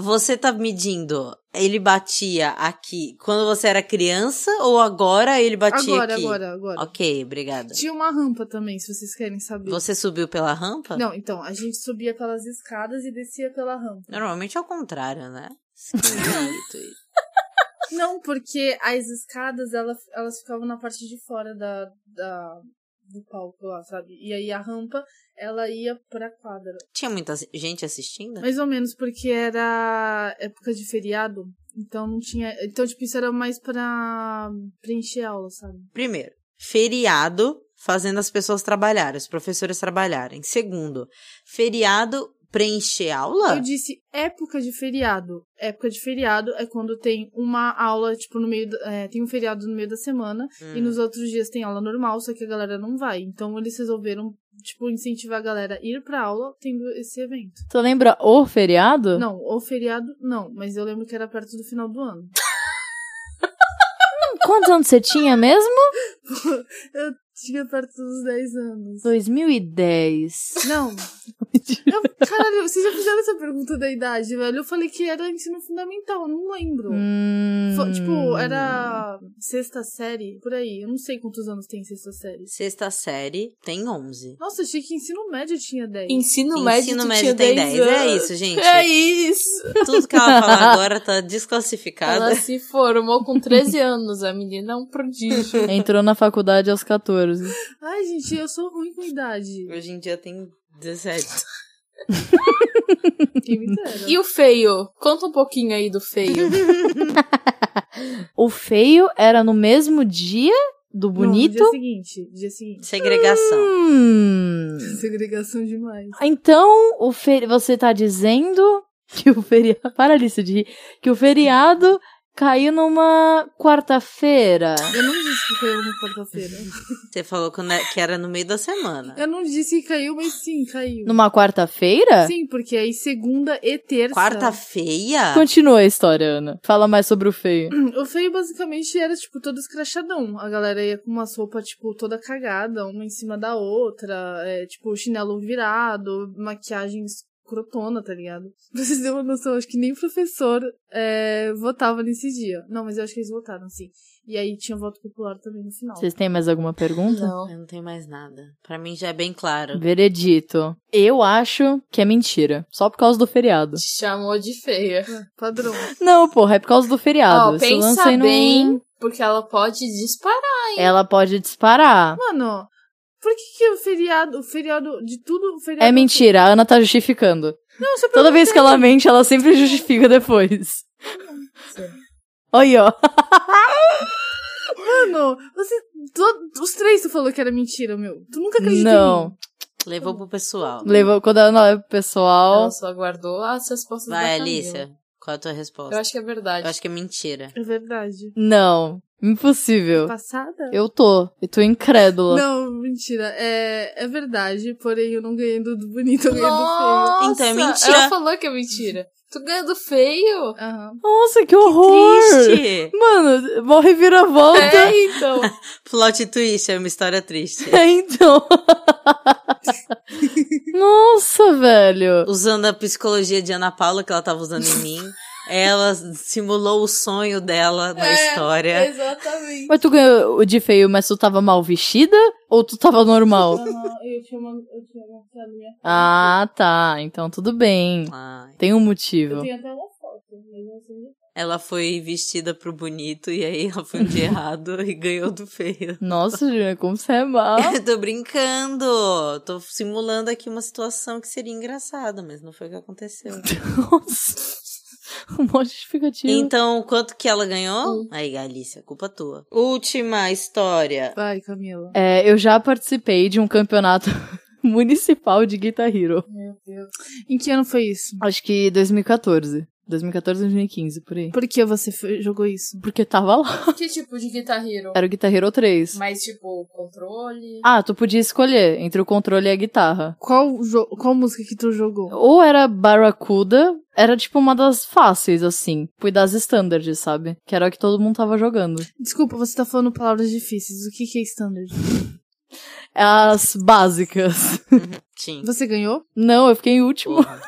S3: Você tá medindo. Ele batia aqui quando você era criança ou agora ele batia
S2: Agora,
S3: aqui?
S2: agora, agora.
S3: Ok, obrigada.
S4: Tipo-
S2: Tinha uma rampa também, se vocês querem saber.
S3: Você subiu pela rampa?
S2: Não, então, a gente subia pelas escadas e descia pela rampa.
S3: Normalmente é o contrário, né? Esquisito e-
S2: Não, porque as escadas, ela, elas ficavam na parte de fora da, da- do palco lá, sabe? E aí a rampa, ela ia pra quadra.
S3: Tinha muita gente assistindo?
S2: Mais ou menos, porque era época de feriado, então não tinha... Então, tipo, isso era mais pra preencher aula, sabe?
S3: Primeiro, feriado fazendo as pessoas trabalharem, os professores trabalharem. Segundo, feriado preencher aula?
S2: Eu disse época de feriado. Época de feriado é quando tem uma aula, tipo, no meio. da- é, tem um feriado no meio da semana. E
S3: Hum.
S2: nos outros dias tem aula normal, só que a galera não vai. Então eles resolveram, tipo, incentivar a galera a ir pra aula tendo esse evento.
S5: Tu lembra o feriado?
S2: Não, o feriado, não. Mas eu lembro que era perto do final do ano.
S5: Quantos anos você tinha mesmo?
S2: Eu tinha perto dos 10 anos.
S5: 2010.
S2: Não. Eu, caralho, vocês já fizeram essa pergunta da idade, velho. Eu falei que era ensino fundamental, eu não lembro.
S5: Hum.
S2: Fo- Tipo, era sexta série, por aí. Eu não sei quantos anos tem sexta série.
S3: Sexta série tem 11.
S2: Nossa, achei que ensino médio tinha 10.
S4: Ensino médio,
S3: Ensino
S4: tu
S3: médio
S4: tinha
S3: tem
S4: 10
S3: É
S4: anos.
S3: isso, gente.
S4: É isso!
S3: Tudo que ela fala agora tá desclassificada.
S4: Ela se formou com 13 anos, a menina é um prodígio.
S5: Entrou na faculdade aos 14.
S2: Ai, gente, eu sou ruim com idade.
S3: Hoje em dia tem 17.
S2: Quem me dera.
S4: E o feio? Conta um pouquinho aí do feio.
S5: O feio era no mesmo dia do bonito?
S2: Não, dia seguinte, dia seguinte.
S3: Segregação.
S5: Hum.
S2: Segregação demais.
S5: Então, o fe... você tá dizendo que o feriado. Para disso de rir. Que o feriado caiu numa quarta-feira.
S2: Eu não disse que caiu na quarta-feira.
S3: Você falou é, que ne- que era no meio da semana.
S2: Eu não disse que caiu, mas sim, caiu.
S5: Numa quarta-feira?
S2: Sim, porque aí segunda e terça.
S3: Quarta-feia?
S5: Continua a história, Ana. Fala mais sobre o feio.
S4: Uhum.
S2: O feio basicamente era, tipo, todo escrachadão. A galera ia com umas roupas, tipo, toda cagada, uma em cima da outra. é, tipo, chinelo virado, maquiagem escrotona, tá ligado? Pra vocês terem uma noção, acho que nem professor é, votava nesse dia. Não, mas eu acho que eles votaram, sim. E aí tinha voto popular também no final.
S5: Vocês têm mais alguma pergunta?
S4: Não.
S3: Eu não tenho mais nada. Pra mim já é bem claro.
S5: Veredito. Eu acho que é mentira. Só por causa do feriado.
S4: Te chamou de feia.
S2: né? Padrão.
S5: Não, porra, é por causa do feriado.
S4: Ó,
S5: Esse
S4: pensa
S5: lance aí não-
S4: bem, porque ela pode disparar.
S5: Ela pode disparar.
S2: Mano, por que, que o feriado, o feriado de tudo, o feriado.
S5: É mentira, a Ana tá justificando.
S2: Não, só
S5: Toda vez que ela mente, ela sempre justifica depois. Oi, ó.
S2: Mano, você. to- os três tu falou que era mentira, meu. Tu nunca acreditou.
S5: Não.
S3: Levou pro pessoal.
S5: Levou, quando a Ana olha pro pessoal.
S4: Ela só aguardou as respostas da
S3: Vai,
S4: Camila.
S3: Alicia. Qual é a tua resposta?
S4: Eu acho que é verdade.
S3: Eu acho que é mentira.
S2: É verdade.
S5: Não. Impossível.
S2: Passada?
S5: Eu tô. Eu tô incrédula.
S2: Não, mentira. É, é verdade, porém eu não ganhei do do bonito, eu ganhei do feio.
S4: Nossa,
S3: Então é mentira.
S4: Ela falou que é mentira. Tu ganha do feio?
S2: Aham.
S5: Nossa, que horror!
S3: Triste!
S5: Mano, mó reviravolta.
S4: É, então.
S3: Plot twist, é uma história triste.
S5: É, então. Nossa, velho.
S3: Usando a psicologia de Ana Paula que ela tava usando em mim. Ela simulou o sonho dela na
S4: É,
S3: história.
S4: Exatamente.
S5: Mas tu ganhou o de feio, mas tu tava mal vestida? Ou tu tava normal?
S7: Eu tinha uma- eu tinha mostrado minha
S5: Ah, tá. Então tudo bem.
S3: Ai.
S5: Tem um motivo.
S7: Tem até uma foto, mas não sei onde
S3: Ela foi vestida pro bonito e aí ela foi de errado e ganhou do feio.
S5: Nossa, Juliana, como você é mal.
S3: Eu tô brincando. Tô simulando aqui uma situação que seria engraçada, mas não foi o que aconteceu.
S5: um monte de justificativa.
S3: Então, quanto que ela ganhou? Aí, Alicia, culpa tua. Última história.
S2: Vai, Camila.
S5: É, eu já participei de um campeonato municipal de Guitar Hero.
S2: Em que ano foi isso?
S5: Acho que 2014. 2014, 2015, por aí.
S2: Por que você fe- jogou isso?
S5: Porque tava lá.
S4: Que tipo de Guitar Hero?
S5: Era o Guitar Hero 3.
S4: Mais tipo, controle?
S5: Ah, tu podia escolher entre o controle e a guitarra.
S2: Qual, jo- qual música que tu jogou?
S5: Ou era Barracuda, era tipo uma das fáceis, assim. Fui das standards, sabe? Que era o que todo mundo tava jogando.
S2: Desculpa, você tá falando palavras difíceis. O que, que é standard?
S5: As básicas.
S3: Sim.
S2: Você ganhou?
S5: Não, eu fiquei em último.
S3: Porra.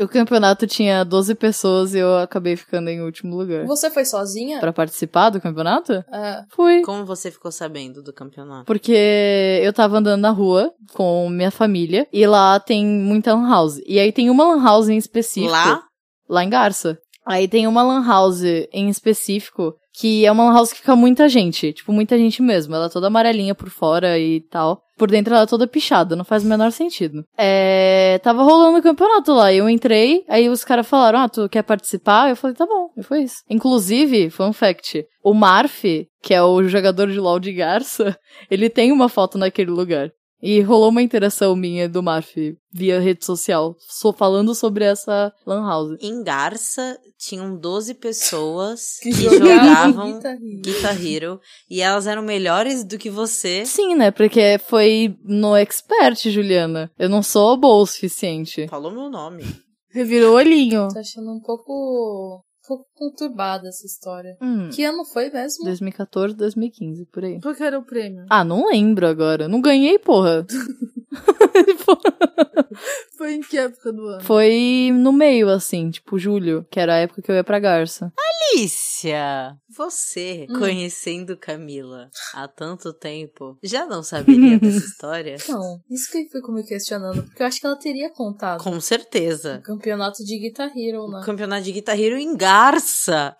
S5: O campeonato tinha 12 pessoas e eu acabei ficando em último lugar.
S4: Você foi sozinha?
S5: Pra participar do campeonato?
S4: Ah,
S5: Fui.
S3: Como você ficou sabendo do campeonato?
S5: Porque eu tava andando na rua com minha família e lá tem muita lan house. E aí tem uma lan house em específico.
S3: Lá?
S5: lá em Garça. Aí tem uma lan house em específico, que é uma lan house que fica muita gente, tipo, muita gente mesmo. Ela é toda amarelinha por fora e tal. Por dentro ela é toda pichada, não faz o menor sentido. É. Tava rolando o campeonato lá, eu entrei, aí os caras falaram: Ah, tu quer participar? Eu falei: Tá bom, e foi isso. Inclusive, fun fact: o Marf, que é o jogador de LOL de Garça, ele tem uma foto naquele lugar. E rolou uma interação minha e do Marf via rede social, só falando sobre essa Lan House.
S3: Em Garça, tinham 12 pessoas
S4: que
S3: que,
S4: jogavam
S3: jogavam
S4: Guitar Hero.
S3: Guitar Hero e elas eram melhores do que você.
S5: Sim, né? Porque foi no expert, Juliana. Eu não sou boa o suficiente.
S3: Falou meu nome.
S2: Revirou o olhinho.
S4: Tô achando um pouco, um pouco conturbada essa história.
S5: Hum,
S4: Que ano foi mesmo?
S5: 2014, 2015, por aí.
S2: Qual que era o prêmio?
S5: Ah, não lembro agora. Não ganhei, porra.
S2: Foi em que época do ano?
S5: Foi no meio, assim, tipo julho, que era a época que eu ia pra Garça.
S3: Alicia, você,
S4: Hum.
S3: conhecendo Camila há tanto tempo, já não saberia dessa história?
S4: Então, isso que eu fico me questionando, porque eu acho que ela teria contado.
S3: Com
S4: O
S3: certeza.
S4: campeonato de Guitar Hero,
S3: O
S4: né?
S3: campeonato de Guitar Hero em Garça.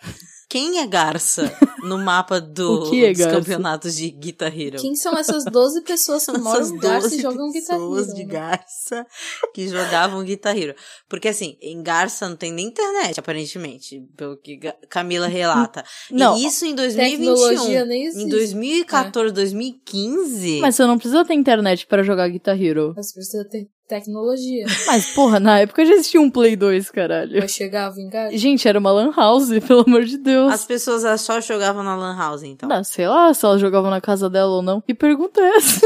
S3: Quem é Garça no mapa do-
S5: O que é
S3: dos
S5: Garça?
S3: campeonatos de Guitar Hero?
S4: Quem são essas 12 pessoas que
S3: São
S4: moram
S3: essas
S4: em Garça
S3: 12
S4: e jogam Guitar
S3: pessoas
S4: Hero?
S3: de
S4: né?
S3: Garça que jogavam Guitar Hero. Porque assim, em Garça não tem nem internet, aparentemente, pelo que Ga- Camila relata.
S5: Não,
S3: E um. isso em 2021.
S4: Tecnologia nem
S3: Em
S4: existe.
S3: 2014, 2015.
S5: Ah, Mas você não precisa ter internet pra jogar Guitar Hero.
S4: Mas precisa ter tecnologia.
S5: Mas, porra, na época já existia um Play 2, caralho.
S4: Vai chegar a vingar?
S5: Gente, era uma lan house, pelo amor de Deus.
S3: As pessoas só jogavam na Lan House, então.
S5: Ah, sei lá se elas jogavam na casa dela ou não. Que pergunta é essa?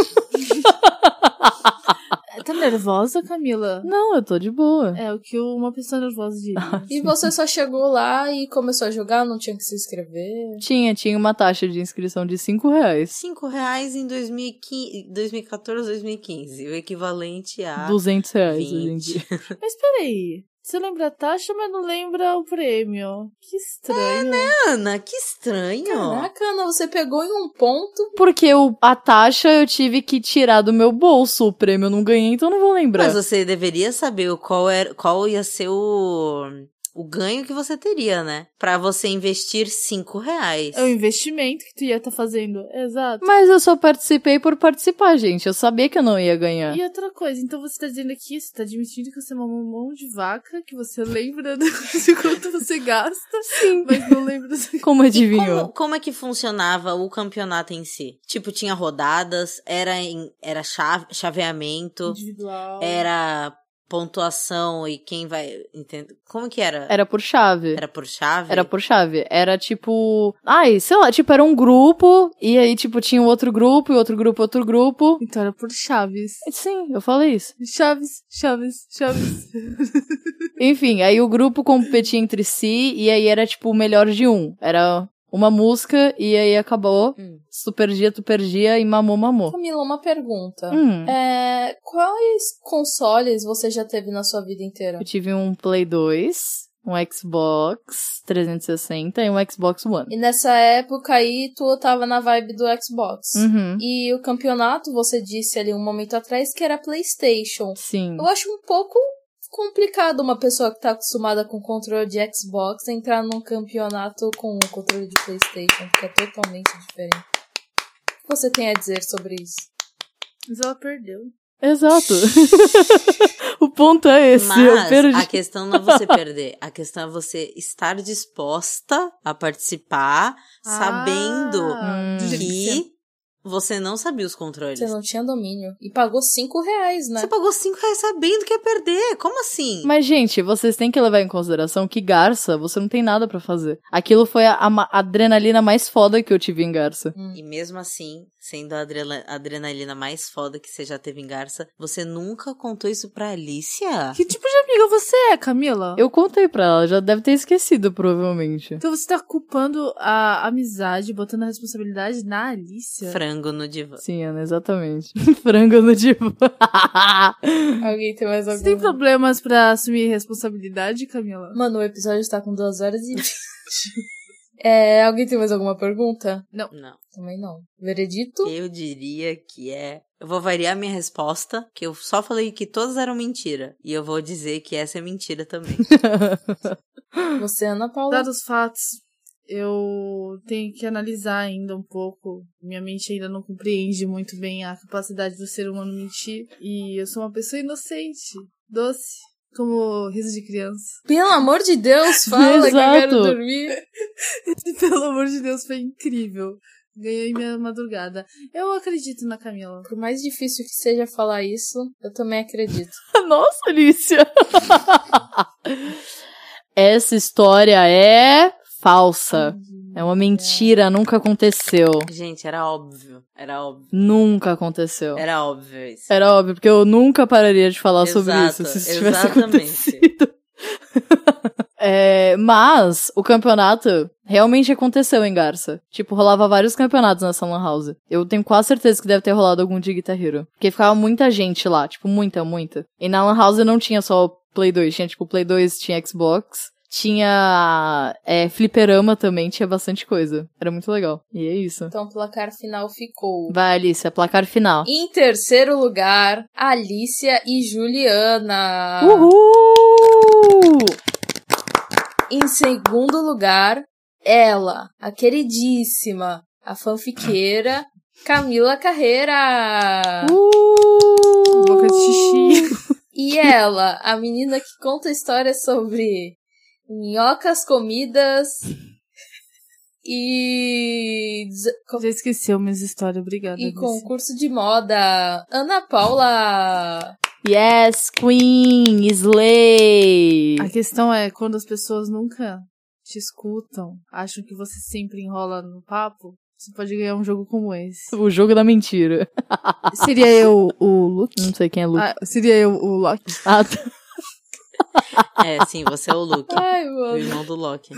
S2: Tá nervosa, Camila?
S5: Não, eu tô de boa.
S2: É o que uma pessoa nervosa diz.
S4: E você só chegou lá e começou a jogar, não tinha que se inscrever.
S5: Tinha, tinha uma taxa de inscrição de 5 reais.
S3: 5 reais em 2015, 2014, 2015. O equivalente a.
S5: 200 reais
S3: 20.
S5: hoje em dia.
S2: Mas peraí. Você lembra a taxa, mas não lembra o prêmio. Que estranho.
S3: Ana, que estranho.
S4: Caraca, Ana, você pegou em um ponto.
S5: Porque o, a taxa eu tive que tirar do meu bolso. O prêmio eu não ganhei, então eu não vou lembrar.
S3: Mas você deveria saber o qual, era, qual ia ser o, o ganho que você teria, né? Pra você investir 5 reais.
S2: É o investimento que tu ia estar fazendo. Exato.
S5: Mas eu só participei por participar, gente. Eu sabia que eu não ia ganhar.
S2: E outra coisa, então você tá dizendo aqui, você tá admitindo que você é uma mão de vaca, que você lembra do- de quanto você gasta, Sim. mas não lembra do
S5: Como
S3: Como,
S5: adivinhou?
S3: como é que funcionava o campeonato em si? Tipo, tinha rodadas, era, em, era chave, chaveamento,
S2: individual.
S3: era pontuação e quem vai. Entende? Como que era?
S5: Era por chave.
S3: Era por chave?
S5: Era por chave. Era tipo. Ai, sei lá, tipo, era um grupo. E aí, tipo, tinha um outro grupo, e outro grupo, outro grupo.
S2: Então era por chaves.
S5: Sim, eu falei isso.
S2: Chaves, chaves, chaves.
S5: Enfim, aí o grupo competia entre si e aí era tipo o melhor de um. Era uma música e aí acabou.
S3: Hum.
S5: Se tu perdia, tu perdia e mamou, mamou.
S4: Camila, uma pergunta.
S3: Uhum.
S5: Hum.
S4: É, quais consoles você já teve na sua vida inteira?
S5: Eu tive um Play 2, um Xbox 360 e um Xbox One.
S4: E nessa época aí, tu tava na vibe do Xbox.
S5: Uhum.
S4: E o campeonato, você disse ali um momento atrás, que era PlayStation.
S5: Sim.
S4: Eu acho um pouco complicado uma pessoa que tá acostumada com controle de Xbox entrar num campeonato com um controle de PlayStation, porque é totalmente diferente. O que você tem a dizer sobre isso?
S2: Mas ela perdeu.
S5: Exato. o ponto é esse. eu
S3: Mas
S5: perdi.
S3: a questão não é você perder, a questão é você estar disposta a participar, sabendo
S5: Hum.
S2: Ah. do jeito que
S3: que você não sabia os controles.
S4: Você não tinha domínio. E pagou 5 reais, né?
S2: é.
S3: Você pagou 5 reais sabendo que ia perder. Como assim?
S5: Mas, gente, vocês têm que levar em consideração que Garça, você não tem nada pra fazer. Aquilo foi a, a ma- adrenalina mais foda que eu tive em Garça.
S3: E mesmo assim, sendo a adrela- adrenalina mais foda que você já teve em Garça, você nunca contou isso pra Alicia?
S2: Que tipo de amiga você é, Camila?
S5: Eu contei pra ela, já deve ter esquecido, provavelmente.
S2: Então você tá culpando a amizade, botando a responsabilidade na Alicia?
S3: Frango no divã.
S5: Sim, Ana, exatamente. Frango no tipo. divã.
S4: Alguém tem mais
S2: Você tem
S4: alguma?
S2: problemas pra assumir responsabilidade, Camila?
S4: Mano, o episódio tá com 2 horas e 20. é, alguém tem mais alguma pergunta?
S3: Não.
S4: Também não. Veredito?
S3: Eu diria que é. Eu vou variar minha resposta, que eu só falei que todas eram mentira. E eu vou dizer que essa é mentira também.
S4: Você, Ana Paula?
S2: Dados os fatos, eu tenho que analisar ainda um pouco. Minha mente ainda não compreende muito bem a capacidade do ser humano mentir. E eu sou uma pessoa inocente, doce, como riso de criança.
S4: Pelo amor de Deus, fala que eu quero
S5: Exato.
S4: dormir.
S2: E, pelo amor de Deus, foi incrível. Ganhei minha madrugada. Eu acredito na Camila.
S4: Por mais difícil que seja falar isso, eu também acredito.
S5: Nossa, Alicia! Essa história é falsa. É uma mentira, nunca aconteceu.
S3: Gente, era óbvio. Era óbvio.
S5: Nunca aconteceu.
S3: Era óbvio isso.
S5: Era óbvio, porque eu nunca pararia de falar É, sobre
S3: Exato,
S5: isso se isso tivesse
S3: exatamente.
S5: acontecido. É, mas o campeonato realmente aconteceu em Garça. Tipo, rolava vários campeonatos nessa Lan House. Eu tenho quase certeza que deve ter rolado algum de Guitar Hero. Porque ficava muita gente lá, tipo, muita, muita. E na Lan House não tinha só o Play 2, tinha tipo Play 2, tinha Xbox. Tinha é, fliperama também, tinha bastante coisa. Era muito legal. E é isso.
S4: Então o placar final ficou.
S5: Vai, Alice, é placar final.
S4: Em terceiro lugar, Alicia e Juliana.
S5: Uhul!
S4: Em segundo lugar, ela, a queridíssima, a fanfiqueira, Camila Carreira.
S5: Uh!
S2: Boca de xixi.
S4: E ela, a menina que conta histórias sobre minhocas comidas e, des- co-
S2: Já esqueceu minhas histórias, obrigada.
S4: e
S2: Alicia.
S4: concurso de moda, Ana Paula.
S5: Yes, Queen, Slay!
S2: A questão é quando as pessoas nunca te escutam, acham que você sempre enrola no papo, você pode ganhar um jogo como esse.
S5: O jogo da mentira.
S2: Seria eu o Luke?
S5: Não sei quem é Luke.
S2: Ah, seria eu o Loki?
S5: Ah, tá.
S3: É, sim, você é o Luke.
S4: Ai,
S3: o
S4: mano.
S3: irmão do Loki.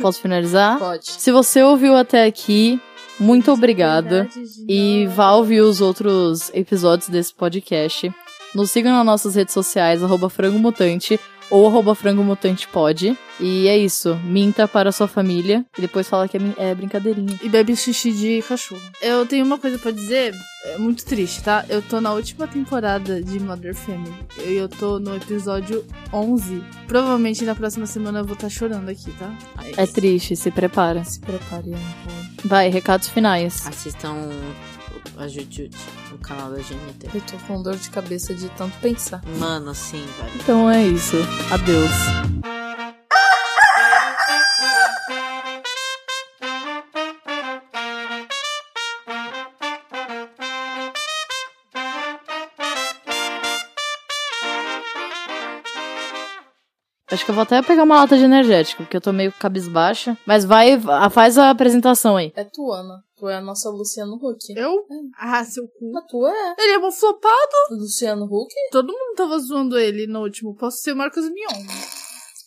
S5: Posso finalizar?
S4: Pode.
S5: Se você ouviu até aqui, muito obrigada. E vá ouvir os outros episódios desse podcast. Nos sigam nas nossas redes sociais, arroba frangomutante ou arroba frangomutantepod. E é isso. Minta para sua família. E depois fala que é min- é brincadeirinha.
S2: E bebe xixi de cachorro. Eu tenho uma coisa pra dizer, é muito triste, tá? Eu tô na última temporada de Mother Family. E eu tô no episódio 11. Provavelmente na próxima semana eu vou estar chorando aqui, tá?
S5: É triste, se prepara.
S2: Se prepare, amor.
S5: Vai, recados finais.
S3: Assistam a Jujutsu, o canal da GNT.
S4: Eu tô com dor de cabeça de tanto pensar.
S3: Mano, assim, velho.
S5: Então é isso. Adeus. Acho que eu vou até pegar uma lata de energético, porque eu tô meio cabisbaixa. Mas vai, a- faz a apresentação aí.
S4: É tu, Ana. Tu é a nossa Luciano Huck.
S2: Eu? Ah, seu cu.
S4: A tua é
S2: Ele é um flopado.
S4: Luciano Huck?
S2: Todo mundo tava zoando ele no último. Posso ser o Marcos Mion.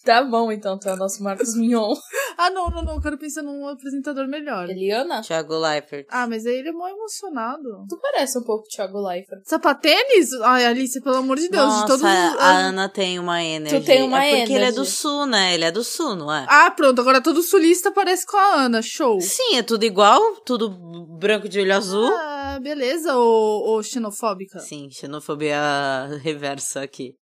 S4: Tá bom, então. Tu é o nosso Marcos Mignon.
S2: Ah, não, não, não. Eu quero pensar num apresentador melhor.
S4: Eliana?
S3: Thiago Leifert.
S2: Ah, mas aí ele é mó emocionado.
S4: Tu parece um pouco Thiago Leifert.
S2: Sapatênis? Ai, Alice, pelo amor de Deus. de
S3: Nossa,
S2: todos os-
S3: a Ana tem uma energia.
S4: tem uma
S3: é porque ele é
S4: energy.
S3: do sul, né? Ele é do sul, não é?
S2: Ah, pronto. Agora todo sulista parece com a Ana. Show.
S3: Sim, é tudo igual, tudo branco de olho azul.
S2: Ah, beleza, ô, ô xenofóbica.
S3: Sim, xenofobia reversa aqui.